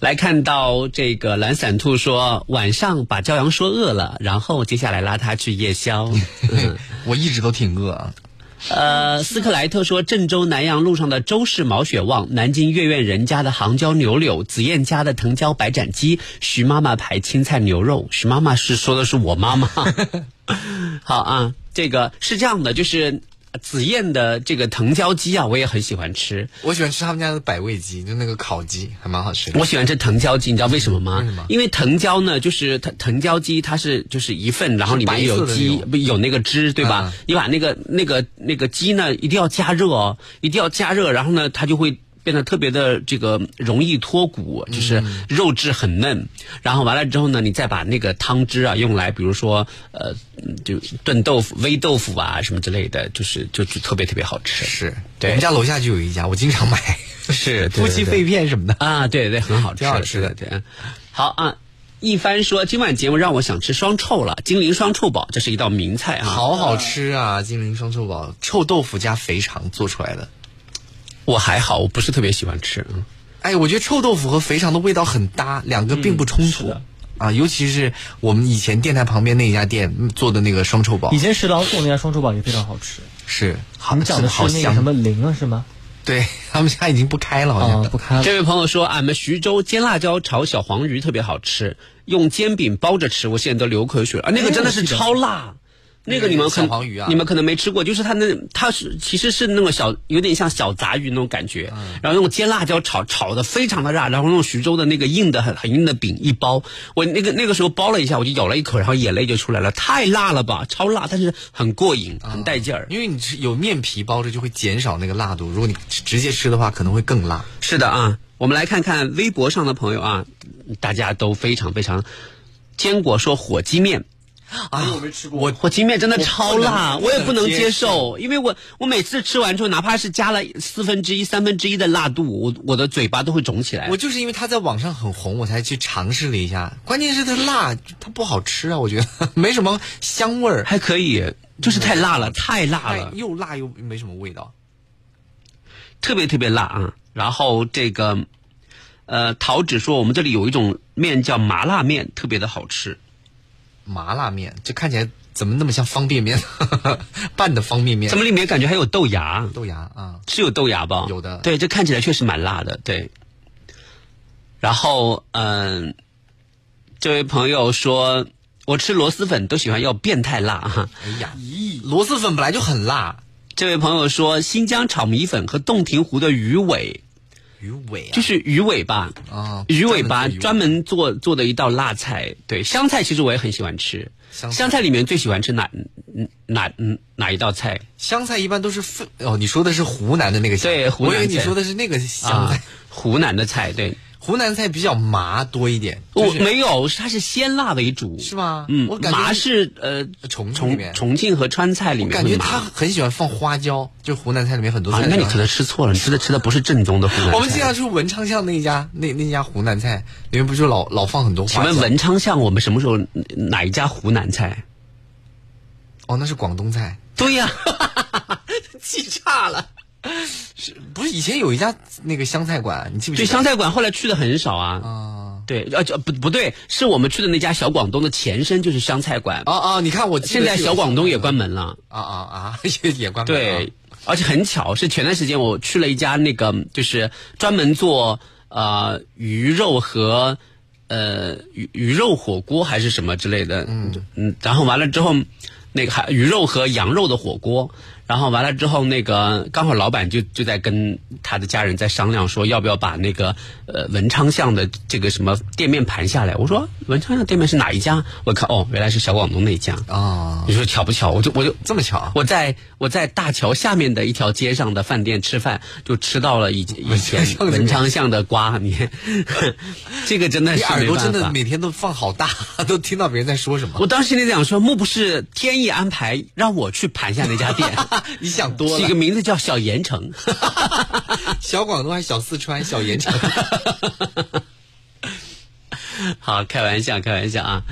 来看到这个懒散兔说晚上把骄阳说饿了，然后接下来拉他去夜宵。嗯
我一直都挺饿啊。
呃，斯克莱特说，郑州南阳路上的周氏毛血旺，南京月苑人家的杭椒牛柳，紫燕家的藤椒白斩鸡，徐妈妈牌青菜牛肉。徐妈妈是说的是我妈妈。 (laughs) 好啊，这个是这样的，就是紫燕的这个藤椒鸡啊，我也很喜欢吃。
我喜欢吃他们家的百味鸡，就那个烤鸡，还蛮好吃的。
我喜欢吃藤椒鸡，你知道为什么吗？
为什么
因为藤椒呢，就是藤藤椒鸡，它是就是一份，然后里面
白色
有
的那
鸡，
种
不有那个汁，对吧？
嗯
你把那个那个那个鸡呢，一定要加热哦，一定要加热，然后呢，它就会。变得特别的这个容易脱骨，就是
嗯
肉质很嫩。然后完了之后呢，你再把那个汤汁啊用来，比如说呃，嗯就炖豆腐、煨豆腐啊什么之类的，就是就就特别特别好吃。
是，
对
我们家楼下就有一家，我经常买， (laughs)
是
夫妻肺片什么的。
啊，对对，很好吃，
挺好吃的
对。对好啊，一帆说今晚节目让我想吃双臭了，金陵双臭煲，这是一道名菜啊。，
好好吃啊！金陵双臭煲，臭豆腐加肥肠做出来的。
我还好，我不是特别喜欢吃。嗯
哎，我觉得臭豆腐和肥肠的味道很搭，两个
嗯
并不冲突、啊。尤其是我们以前电台旁边那一家店嗯做的那个双臭煲
以，前食堂做那家双臭煲也非常好吃。
是好
你讲的是
好
那个什
香
么。零啊，是吗？
对他们家已经不开了，好像、
啊，不开了。
这位朋友说，俺们徐州煎辣椒炒小黄鱼特别好吃，用煎饼包着吃，我现在都流口水了。啊，那个真的是
哎
超辣。那个你们可
小黄鱼啊
你们可能没吃过，就是它那它是其实是那种小有点像小杂鱼那种感觉，
嗯
然后用煎辣椒炒炒的非常的辣，然后用徐州的那个硬的很很硬的饼一包，我那个那个时候包了一下，我就咬了一口，然后眼泪就出来了，太辣了吧，超辣，但是很过瘾，
啊
很带劲儿。
因为你吃有面皮包着，就会减少那个辣度。如果你直直接吃的话，可能会更辣。
是的啊，我们来看看微博上的朋友啊，大家都非常非常。坚果说火鸡面，
啊，我没吃过。我
火鸡面真的超辣，我
我不能
也不能
接
接受，因为我我每次吃完之后，哪怕是加了四分之一、三分之一的辣度，我我的嘴巴都会肿起来
我。就是因为它在网上很红，我才去尝试了一下。关键是它辣，它不好吃啊，我觉得 (laughs) 没什么香味儿，
还可以，就是太辣了，太辣
哎
了，
又辣又没什么味道。
特别特别辣啊。然后这个呃，桃子说我们这里有一种面叫麻辣面，特别的好吃。
麻辣面，这看起来怎么那么像方便面？ (laughs) 拌的方便面，
怎么里面感觉还有豆芽？
豆芽啊，
是有豆芽吧？
有的。
对，这看起来确实蛮辣的。对。然后，嗯、这位朋友说，我吃螺蛳粉都喜欢要变态辣哈。
哎呀，螺蛳粉本来就很辣。
这位朋友说，新疆炒米粉和洞庭湖的鱼尾，
鱼尾啊，
就是鱼尾巴，
啊，
鱼尾巴专
门
门做做的一道辣菜。对，香菜其实我也很喜欢吃。
香菜
香菜里面最喜欢吃哪嗯哪嗯哪一道菜？
香菜一般都是分哦，你说的是湖南的那个香菜，
对湖南
我以为你
菜
说的是那个香菜。
啊湖南的菜，对。
湖南菜比较麻多一点，
我
就是
没有，它是鲜辣为主，
是吗？
嗯
我，感觉
麻是呃
重庆里面
重重庆和川菜里
我
面
感觉
会麻
他很喜欢放花椒，就湖南菜里面很多
啊
菜。，
那你可能吃错了，你吃的吃的不是正宗的湖南菜。
我们经常去文昌巷那一家，那那家湖南菜里面不就老老放很多
请
花椒？
问文昌巷我们什么时候哪一家湖南菜？
哦，那是广东菜，
对
(laughs)
呀、
记差了。是不是以前有一家那个湘菜馆？你记不记
对
得？
湘菜馆后来去的很少啊。
啊
对，呃，就不不对，是我们去的那家小广东的前身就是湘菜馆。
啊啊！你看我记
现
得
在
是有
小广东也关门了。
啊啊啊， (laughs) 也也关门了
对，而且很巧，是前段时间我去了一家那个，就是专门做呃鱼肉和呃鱼鱼肉火锅还是什么之类的，嗯嗯，然后完了之后，那个还鱼肉和羊肉的火锅，然后完了之后，那个刚好老板就就在跟他的家人在商量说，要不要把那个呃文昌巷的这个什么店面盘下来。我说文昌巷店面是哪一家？我看哦，原来是小广东那一家。
啊，
你说巧不巧？我就我就
这么巧啊
我在我在大桥下面的一条街上的饭店吃饭，就吃到了以以前
文昌巷的
文昌巷的瓜，你 (laughs) 这个真的
你
是
耳
没
朵真
办
的
法。
每天都放好大，都听到别人在说什么。
我当时心里想说，莫不是天意安排让我去盘下那家店？
(laughs) 你想 (laughs) 多
是一
了
个，名字叫小盐城， (laughs)
小广东还是小四川、小盐城？
好，开玩笑，开玩笑啊！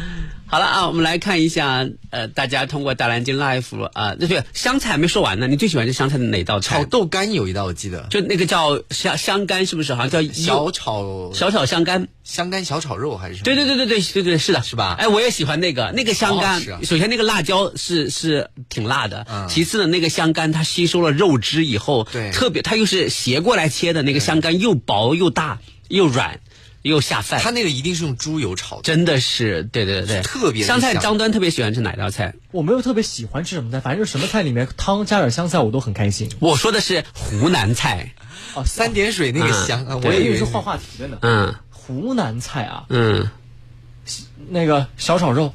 好了啊，我们来看一下，呃，大家通过大蓝鲸 Life 啊，那对香菜还没说完呢，你最喜欢吃香菜的哪道
炒
菜？
豆干有一道我记得，
就那个叫香香干，是不是？好像叫柚
小炒
小炒香干。
香干小炒肉还是什么？
对对对对对对对，是的，
是吧
哎，我也喜欢那个那个香
好
干
好吃啊。
首先，那个辣椒是是挺辣的，
嗯
其次呢，那个香干它吸收了肉汁以后，
对
特别它又是斜过来切的，那个香干又薄又大又软又下
它
饭，
那个一定是用猪油炒的。
真的是对对对，
特别的
香菜。
香
张端特别喜欢吃哪道菜？
我没有特别喜欢吃什么菜，反正就是什么菜里面汤加点香菜我都很开心。
我说的是湖南菜，
啊，
三点水那个香，啊
我
我
以
也以
为是
为是
画话题的呢。
嗯
湖南菜啊，
嗯，
那个小炒肉、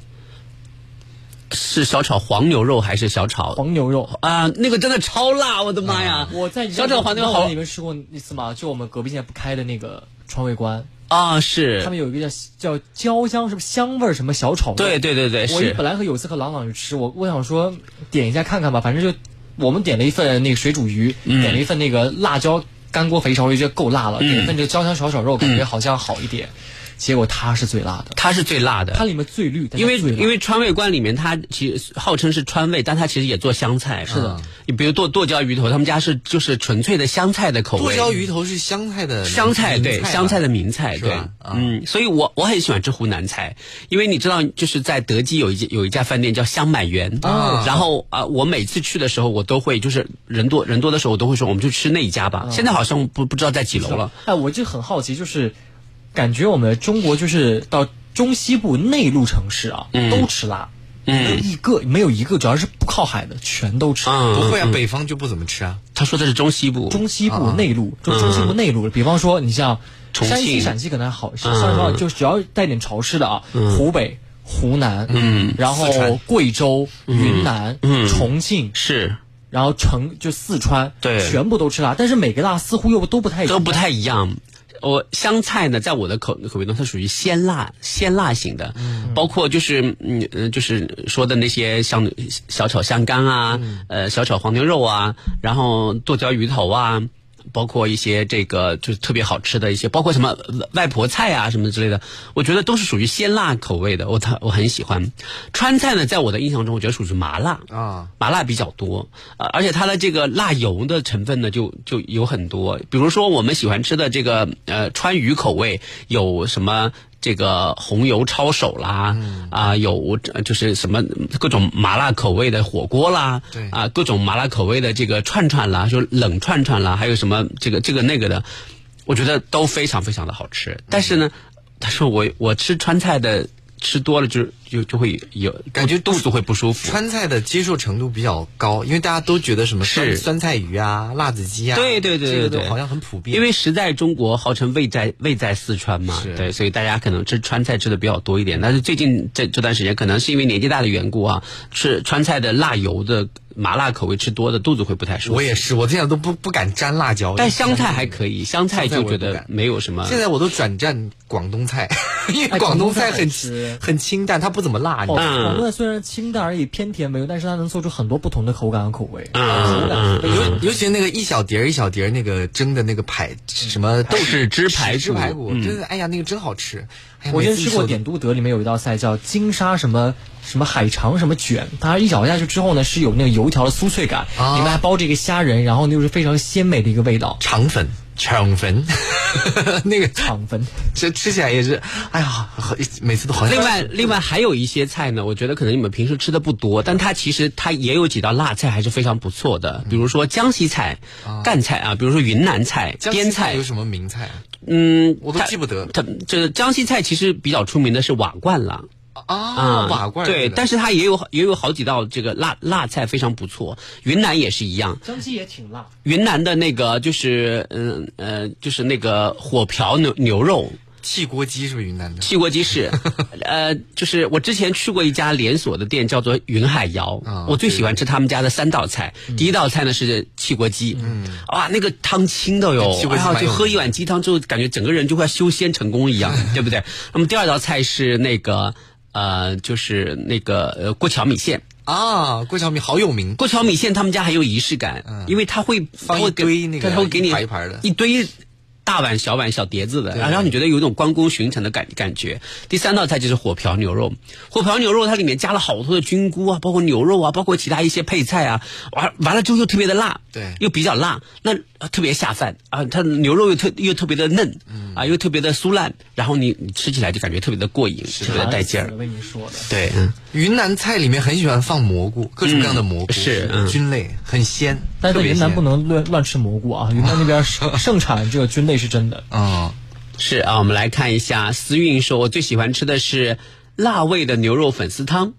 是小炒黄牛肉还是小炒
黄牛肉。
啊、那个真的超辣，我的妈呀！
我在
小炒黄牛肉
牛肉
好
里面吃过一次嘛，就我们隔壁现在不开的那个川味观，
啊，是
他们有一个叫叫椒香，是不是香味儿什么小炒肉？
对对对对，
我一
是
本来和有一次和朗朗去吃，我我想说点一下看看吧，反正就我们点了一份那个水煮鱼，
嗯
点了一份那个辣椒干锅肥烧鱼，觉得够辣了，点了一
嗯
份这个椒香小炒肉，感觉好像好一点。结果它是最辣的，
它是最辣的，
它里面最绿，但
因为
它最辣
因为川味观里面，它其实号称是川味，但它其实也做香菜。是
的，
你比如剁剁椒鱼头，他们家是就是纯粹的香菜的口味。嗯
剁椒鱼头是香菜的
香菜
名
对
吧
香菜的名菜
是
对
吧，啊
嗯，所以我我很喜欢吃湖南菜，因为你知道，就是在德基有一家有一家饭店叫香满园
啊
然后啊、我每次去的时候，我都会就是人多人多的时候，我都会说我们就吃那一家
啊
吧。现在好像不不知道在几楼了。
哎，我就很好奇，就是感觉我们中国就是到中西部内陆城市啊，
嗯
都吃辣，没有一个没有一个只要是不靠海的全都吃。
嗯，
不会啊，北方就不怎么吃啊。
他说的是中西部，
中西部内陆，就中西部内陆，比方说你像
啊嗯重
山西、
庆
陕西可能还好，像
嗯
什么就是只要带点潮湿的啊，湖北、湖南，
嗯
然后
四川
贵州、云南、
嗯
重庆，
是
然后成就四川，
对
全部都吃辣，但是每个辣似乎又都不太一样
都不太一样。我香菜呢，在我的口口味中，它属于鲜辣鲜辣型的，包括就是嗯呃，就是说的那些像小炒香干啊，呃小炒黄牛肉啊，然后剁椒鱼头啊，包括一些这个就是特别好吃的一些，包括什么呃外婆菜啊什么之类的，我觉得都是属于鲜辣口味的，我它我很喜欢。川菜呢，在我的印象中，我觉得属于麻辣
啊，
麻辣比较多，呃，而且它的这个辣油的成分呢，就就有很多，比如说我们喜欢吃的这个呃川渝口味有什么？这个红油抄手啦，啊、有呃就是什么各种麻辣口味的火锅啦，
对
啊，各种麻辣口味的这个串串啦，就冷串串啦，还有什么这个这个那个的，我觉得都非常非常的好吃。但是呢，但是我我吃川菜的吃多了就就就会有感觉肚子会不舒服。
川菜的接受程度比较高，因为大家都觉得什么酸酸菜鱼啊、辣子鸡啊，
对对对
这
对
个
对，
都好像很普遍。
因为时在中国号称味在味在四川嘛，对，所以大家可能吃川菜吃的比较多一点。但是最近这这段时间，可能是因为年纪大的缘故啊，吃川菜的辣油的麻辣口味吃多的，肚子会不太舒服。
我也是，我这样都不不敢沾辣椒。
但香菜还可以，香菜就觉
香菜我也不
得
敢
没有什么。
现在我都转战广东菜， (laughs) 因为
哎
广东
广东菜
菜
好
很
吃
很清淡，它不怎么辣。你知
哦，
道吗
广东
嗯
菜虽然清淡而已，偏甜没有，但是它能做出很多不同的口感和口味。
嗯嗯嗯
尤尤其是那个一小碟儿一小碟儿那个蒸的那个排什么豆
豉汁排骨
豉汁排骨，
嗯
真的哎呀那个真好吃。哎呀
我之
每
前吃
次一
过
说
点都德，里面有一道菜叫金沙什么什么海肠什么卷，它一咬下去之后呢，是有那个油条的酥脆感，
啊
里面还包着一个虾仁，然后就是非常鲜美的一个味道。
肠粉， (laughs) 肠粉，那个
肠粉，
这吃起来也是，哎呀，每次都好像。
另外，另外还有一些菜呢，我觉得可能你们平时吃的不多，但它其实它也有几道辣菜还是非常不错的，比如说江西菜、赣菜啊，比如说云南菜、
江
边
西
菜
有，什么名菜啊
嗯，
我都
它
记不得
它这个江西菜其实比较出名的是瓦罐啦。
啊？
啊，
瓦罐儿
对，
那个
但是它也有也有好几道这个辣辣菜非常不错，云南也是一样，
江西也挺辣，
云南的那个就是嗯呃就是那个火瓢牛牛肉，
汽锅鸡是不是云南的？
汽锅鸡
(laughs)
是，呃，就是我之前去过一家连锁的店，叫做云海肴。
啊
我最喜欢吃他们家的三道菜。第一道菜呢是汽锅鸡，嗯，哇，那个汤清的哟
对汽，锅
然
鸡
后
蛮
就
有名
喝一碗鸡汤之后，感觉整个人就快修仙成功
(laughs)
一样，对不对？那么第二道菜是那个呃，就是那个呃过桥米线。
啊，过桥米好有名，
过桥米线他们家很有仪式感，
嗯
因为他会
放
他会
一堆
给
那个
他会给你
一排一排的
一堆大碗、小碗、小碟子的，
对
然后让你觉得有一种关公巡城的感感觉。第三道菜就是火瓢牛肉，火瓢牛肉它里面加了好多的菌菇啊，包括牛肉啊，包括其他一些配菜啊，完完了之后又特别的辣，
对
又比较辣，那呃特别下饭啊，它牛肉又特又特别的嫩，
嗯
啊，又特别的酥烂，然后你你吃起来就感觉特别的过瘾，特别的带劲儿
我，为你说的。
对，嗯。
云南菜里面很喜欢放蘑菇，各种各样的蘑菇、
是嗯
菌类，很鲜。
但是
特
在
别
云南
鲜
不能乱乱吃蘑菇啊，云南那边盛盛产这个菌类是真的。
啊、
是啊，我们来看一下思韵说，我最喜欢吃的是辣味的牛肉粉丝汤。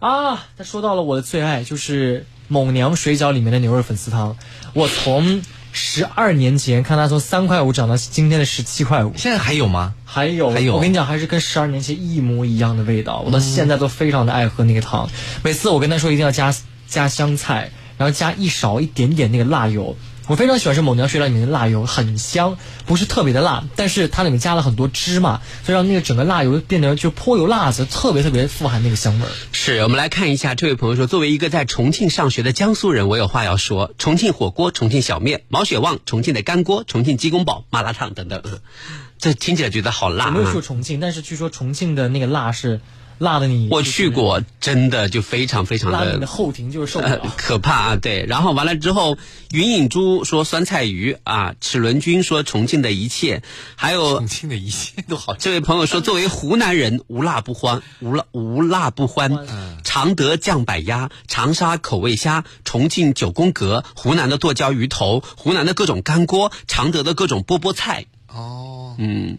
啊，他说到了我的最爱，就是蒙娘水饺里面的牛肉粉丝汤。我从十二年前看它从三块五涨到今天的十七块五，
现在还有吗？
还有，
还有
我跟你讲，还是跟十二年前一模一样的味道。我
嗯
到现在都非常的爱喝那个汤，每次我跟他说一定要加加香菜，然后加一勺一点点那个辣油。我非常喜欢吃蒙娘水饺里面的辣油，很香，不是特别的辣，但是它里面加了很多芝麻，所以让那个整个辣油变得就颇有辣子，特别特别富含那个香味儿。
是我们来看一下，这位朋友说，作为一个在重庆上学的江苏人，我有话要说：重庆火锅、重庆小面、毛血旺、重庆的干锅、重庆鸡公煲、麻辣烫等等。呃这听起来觉得好辣
我没有去
啊
过！重庆，但是据说重庆的那个辣是辣的你，
我去，过，真的就非常非常
辣的
的
你的后庭就是受不
(laughs)
了。
可怕啊！对，然后完了之后，云影珠说酸菜鱼啊，齿轮君说重庆的一切，还有
重庆的一切都好吃。
这位朋友说，作为湖南人，无辣不欢，无辣无辣不欢。常德酱板鸭、长沙口味虾、重庆九宫格、湖南的剁椒鱼头、湖南的各种干锅、常德的各种波波菜
哦，
嗯。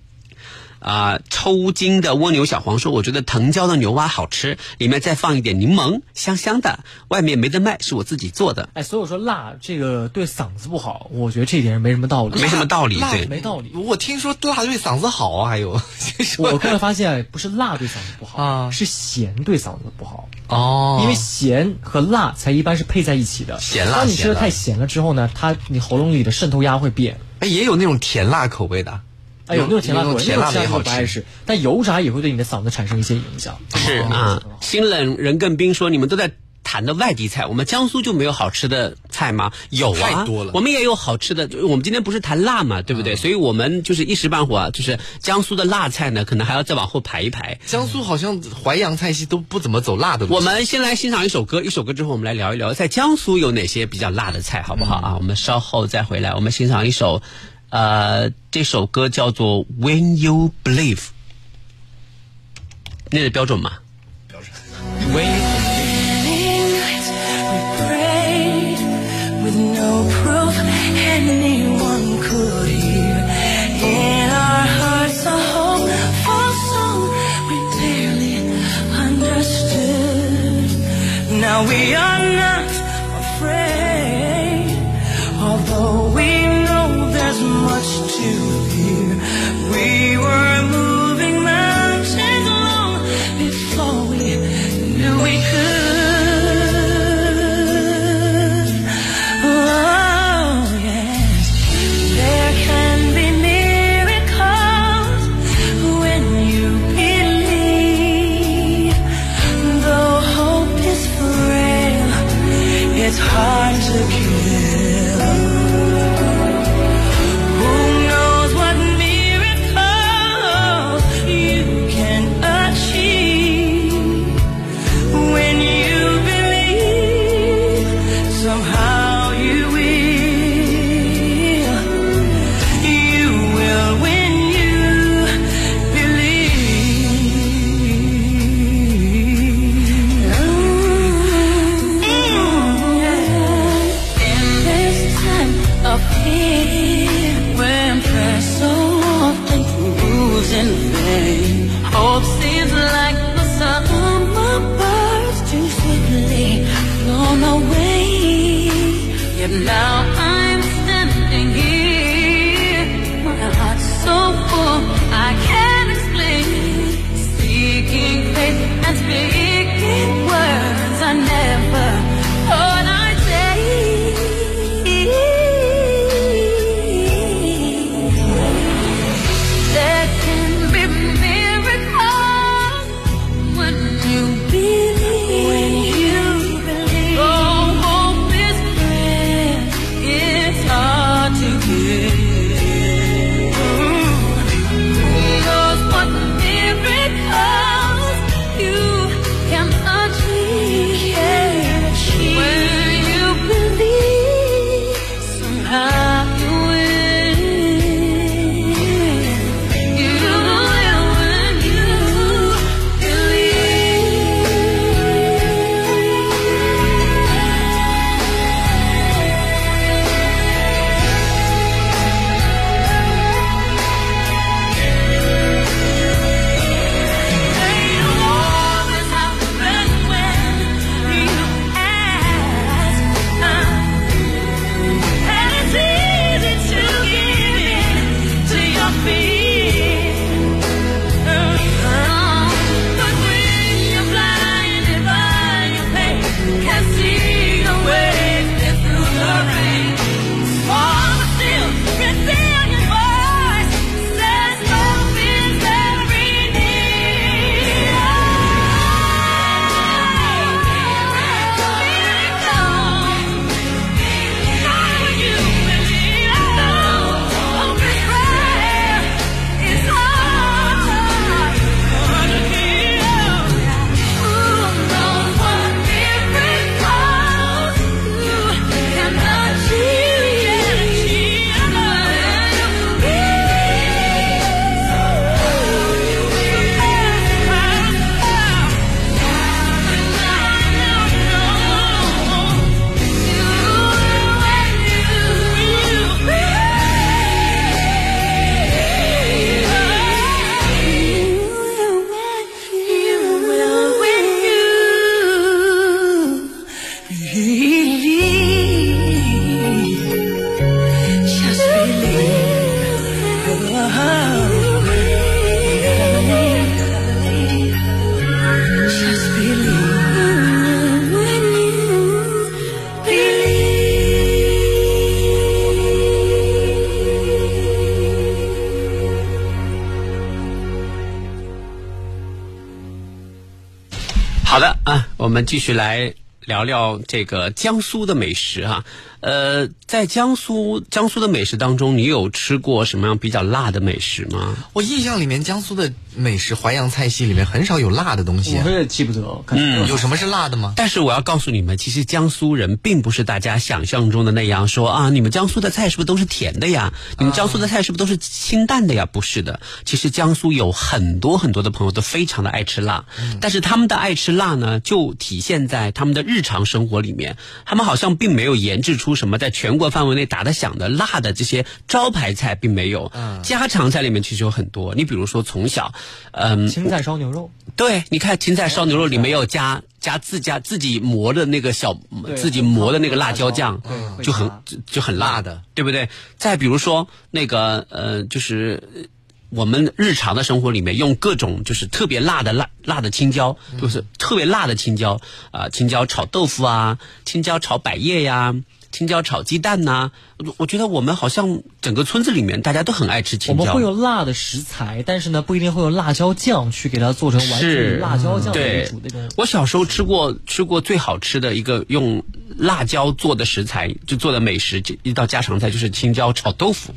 啊、抽筋的蜗牛小黄说，我觉得藤椒的牛蛙好吃，里面再放一点柠檬，香香的。外面没得卖，是我自己做的，
哎，所以我说辣这个对嗓子不好，我觉得这一点是没什么道理，
没什么道理。
辣
对，
没道理。
我听说辣对嗓子好啊，还有 (laughs)
我后来发现，不是辣对嗓子不好，
啊
是咸对嗓子不好，
哦
因为咸和辣才一般是配在一起的。
咸辣
当你吃
咸
的
辣
太咸了之后呢，它你喉咙里的渗透压会变。
哎也有那种甜辣口味
啊
的，
哎，有那种甜辣口味，
有那种甜辣的
那种
也
其他
好
我不爱
吃。哎
吃，但油炸也会对你的嗓子产生一些影响。
是
嗯
哦
啊，新冷人更冰说你们都在
谈的外地菜，我们江苏就没有好吃的菜吗？有啊，
太多了嗯
我们也有好吃的，就我们今天不是谈辣嘛，对不对？所以我们就是一时半会儿啊，就是江苏的辣菜呢，可能还要再往后排一排。
江苏好像淮扬菜系都不怎么走辣的路线。
我们先来欣赏一首歌，一首歌之后我们来聊一聊在江苏有哪些比较辣的菜，好
嗯
不好啊？我们稍后再回来，我们欣赏一首，呃，这首歌叫做《When You Believe》，那是标准吗？
With no proof anyone could hear. In our hearts, a hopeful song we barely understood. Now we are not afraid, although we know there's much to fear. We were moving mountains long before we knew we could. Oh, yes. There can be miracles when you believe. Though hope is frail, it's hard to kill. Who knows what miracle you can achieve? When you believe, somehow you will. You will when you believe. Oh, Endless time of fear, when prayer so often proves in vain. Hope seems like the summer birds too swiftly blown away. Yet now I'm standing here, my heart so full I can't explain. Seeking faith and speaking words I never thought I'd say. There can be miracles when you believe. When you believe. Though hope is frail, it's hard to give. Who knows what miracles you can achieve? When you believe, somehow you will. You will when you believe.
好的啊，我们继续来
聊聊这个江苏的美食哈、呃，在江苏江苏的美食当中，你有吃过什么样比较辣的美食吗？
我印象里面，江苏的美食淮扬菜系里面很少有辣的东西、啊。
我也记不得，感觉
有什么是辣的吗？
但是我要告诉你们，其实江苏人并不是大家想象中的那样说啊，你们江苏的菜是不是都是甜的呀？你们江苏的菜是不是都是清淡的呀？不是的，其实江苏有很多很多的朋友都非常的爱吃辣，但是他们的爱吃辣呢，就体现在他们的日常生活里面，他们好像并没有研制出什么在全国范围内打得响的辣的这些招牌菜，并没有。家常菜里面其实有很多，你比如说从小，嗯，
芹菜烧牛肉，
对，你看芹菜烧牛肉里面有加加自家自己磨的那个小自己磨的那个辣椒酱，就很就就很辣的，对不对？再比如说那个呃，就是呃我们日常的生活里面用各种就是特别辣的辣辣的青椒，
嗯
就是特别辣的青椒啊、青椒炒豆腐啊，青椒炒百叶呀、青椒炒鸡蛋呐、我我觉得我们好像整个村子里面大家都很爱吃
我
青
们
椒
会。有辣的食材，但是呢，不一定会有辣椒酱去给它做成完全以
是
辣椒
嗯
酱为
对
主的那种。
我小时候吃过吃过最好吃的一个用辣椒做的食材，就做的美食，这一道家常菜就是青椒炒豆腐。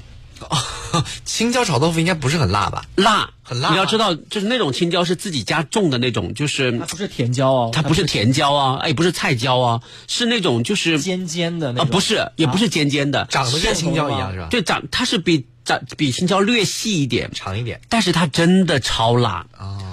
青椒炒豆腐应该不是很辣吧？
辣，
很辣
你要
吗
知道，就是那种青椒是自己家种的那种，就是它
不是甜椒哦，
它不是甜椒啊，哎，不是菜椒啊，是那种就是
尖尖的那
啊，
种
不是，也不是尖尖的，
长得
是
跟青椒一样是吧哦
对，长它是比长比青椒略细一点，
长一点，
但是它真的超辣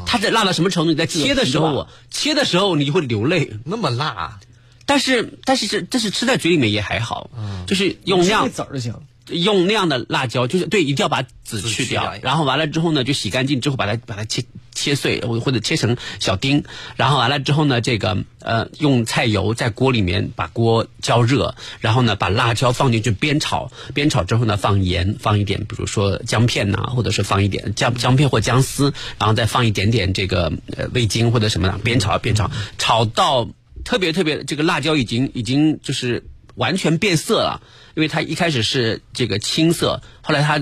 它在辣到什么程度？你在切的时
这个皮
候，切的时候你就会流泪，
那么辣啊，
但是但是这但是吃在嘴里面也还好，就是用量
那籽儿就行。
用那样的辣椒，就是对，一定要把籽
籽
去
去
掉
掉，
然后完了之后呢，就洗干净之后把它把它切切碎，或或者切成小丁，然后完了之后呢，这个呃用菜油在锅里面把锅浇热，然后呢把辣椒放进去煸炒，煸炒之后呢放盐，放一点比如说姜片呐、或者是放一点姜姜片或姜丝，然后再放一点点这个呃味精或者什么的，煸炒煸炒，炒到特别特别这个辣椒已经已经就是。完全变色了，因为它一开始是这个青色，后来它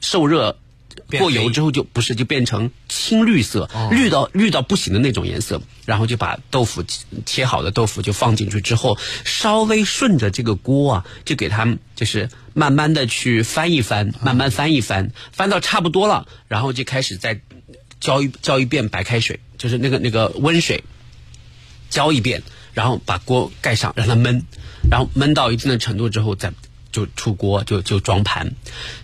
受热
变
过
黑哦
油之后就不是就变成青绿色，绿到绿到不行的那种颜色，然后就把豆腐切切好的豆腐就放进去之后，稍微顺着这个锅啊，就给它就是慢慢的去翻一翻，
嗯
慢慢翻一翻，翻到差不多了，然后就开始再浇一浇一遍白开水，就是那个那个温水，浇一遍，然后把锅盖上让它焖，然后焖到一定的程度之后再就出锅就就装盘。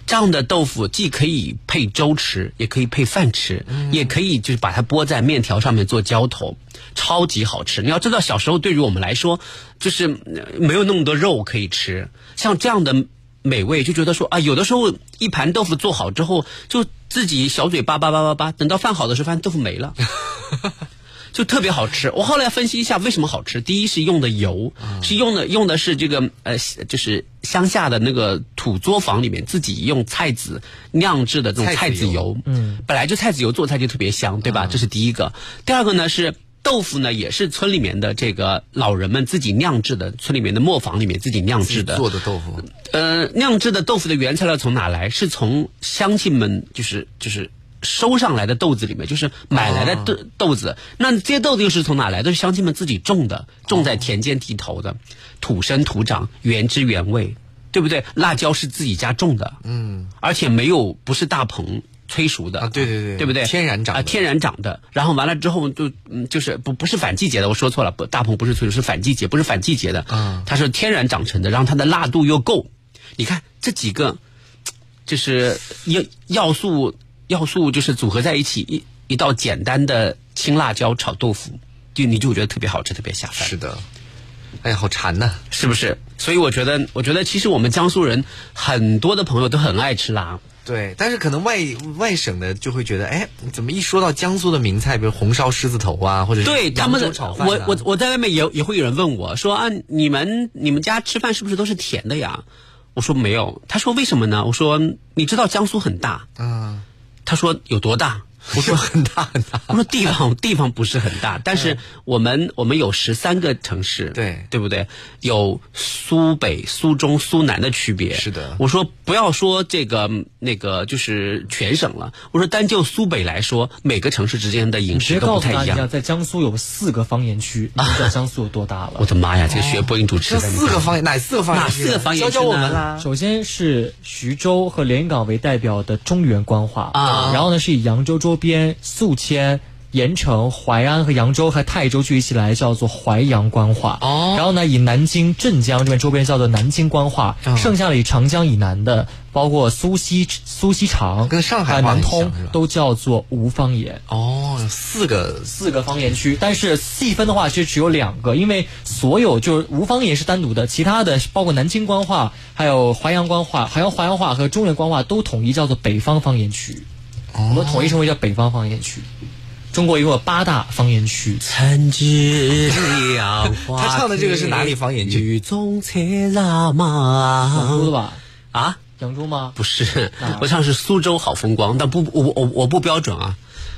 这样的豆腐既可以配粥吃，也可以配饭吃，也可以就是把它拨在面条上面做浇头，超级好吃。你要知道，小时候对于我们来说，就是呃没有那么多肉可以吃，像这样的。美味就觉得说啊，有的时候一盘豆腐做好之后，就自己小嘴巴叭叭叭叭，等到饭好的时候，发现豆腐没了。就特别好吃。我后来分析一下为什么好吃，第一是用的油，是用的用的是这个呃，就是乡下的那个土作坊里面自己用菜籽酿制的这种菜
菜籽
籽油，嗯，本来就菜籽油做菜就特别香，对吧？这是第一个。第二个呢是。豆腐呢，也是村里面的这个老人们自己酿制的，村里面的磨坊里面自己酿制的。
做的豆腐
呃，酿制的豆腐的原材料从哪来？是从乡亲们就是就是收上来的豆子里面，就是买来的豆、
哦
豆子。那这些豆子又是从哪来？都是乡亲们自己种的，种在田间地头的，土生土长，原汁原味，对不对？辣椒是自己家种的，嗯，而且没有不是大棚催熟的
啊，对对对，
对不对？
天然长
啊、
的，
天然长的。然后完了之后就嗯，就是不不是反季节的，我说错了，不大棚不是催熟，是反季节，不是反季节的，
嗯
它是天然长成的，然后它的辣度又够。你看这几个，就是要要素要素就是组合在一起一一道简单的青辣椒炒豆腐，就你就觉得特别好吃，特别下饭。
是的。哎呀，好馋呐、
是不是？所以我觉得，我觉得其实我们江苏人很多的朋友都很爱吃辣。
对，但是可能外外省的就会觉得，哎，怎么一说到江苏的名菜，比如红烧狮子头啊，或者是
对他们
扬
的
州炒，饭、
我
啊，
我我在外面也也会有人问我说啊，你们你们家吃饭是不是都是甜的呀？我说没有，他说为什么呢？我说你知道江苏很大，
啊，
他说有多大？不是 (laughs) 很大很大。我说地方地方不是很大，但是我们、我们有十三个城市，对对不对？有苏北、苏中、苏南的区别。是的，我说不要说这个嗯那个就是全省了，我说单就苏北来说，每个城市之间的饮食
别
都
告
不
诉
太
大
一样啊
家，。在江苏有四个方言区，你知道江苏有多大了？
我的妈呀，这个学播音主持
这
的，你
四
看
个
方言哪四
哦
个方言
哪四个方言区呢
首先是徐州和连云港为代表的中原官话啊，然后呢是以扬州周边、宿迁。盐城、淮安和扬州和泰州聚一起来叫做淮扬官话，哦，然后呢以南京、镇江这边周边叫做南京官话，
啊
剩下的以长江以南的，包括苏锡、苏锡常跟上
海话
南
很像
通
是吧
都叫做吴方言。
哦，四个
四个方言区，但是细分的话是只有两个，因为所有就是吴方言是单独的，其他的包括南京官话、还有淮扬官话、还有淮扬话和中原官话都统一叫做北方方言区，我们统一称为叫北方方言区。中国一共有八大方言区。
参知两花
(laughs) 他唱的这个是哪里
方言区？
雨中车拉马，
扬州的吧？
啊，
扬州吗？
不是，
啊
我唱是苏州好风光，但不，我我我不标准啊。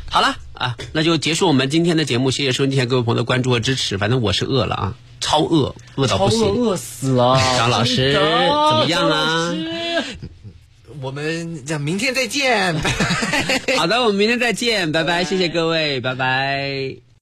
好了啊，那就结束我们今天的节目，谢谢收听各位朋友的关注和支持。反正我是饿了啊，超饿，饿啊到不
超饿
行。，
饿死了
张老师
真的
怎么样啊？
张老师
我们
(laughs)
讲明天再见。
好的，我们明天再见，拜拜，谢谢各位，拜拜。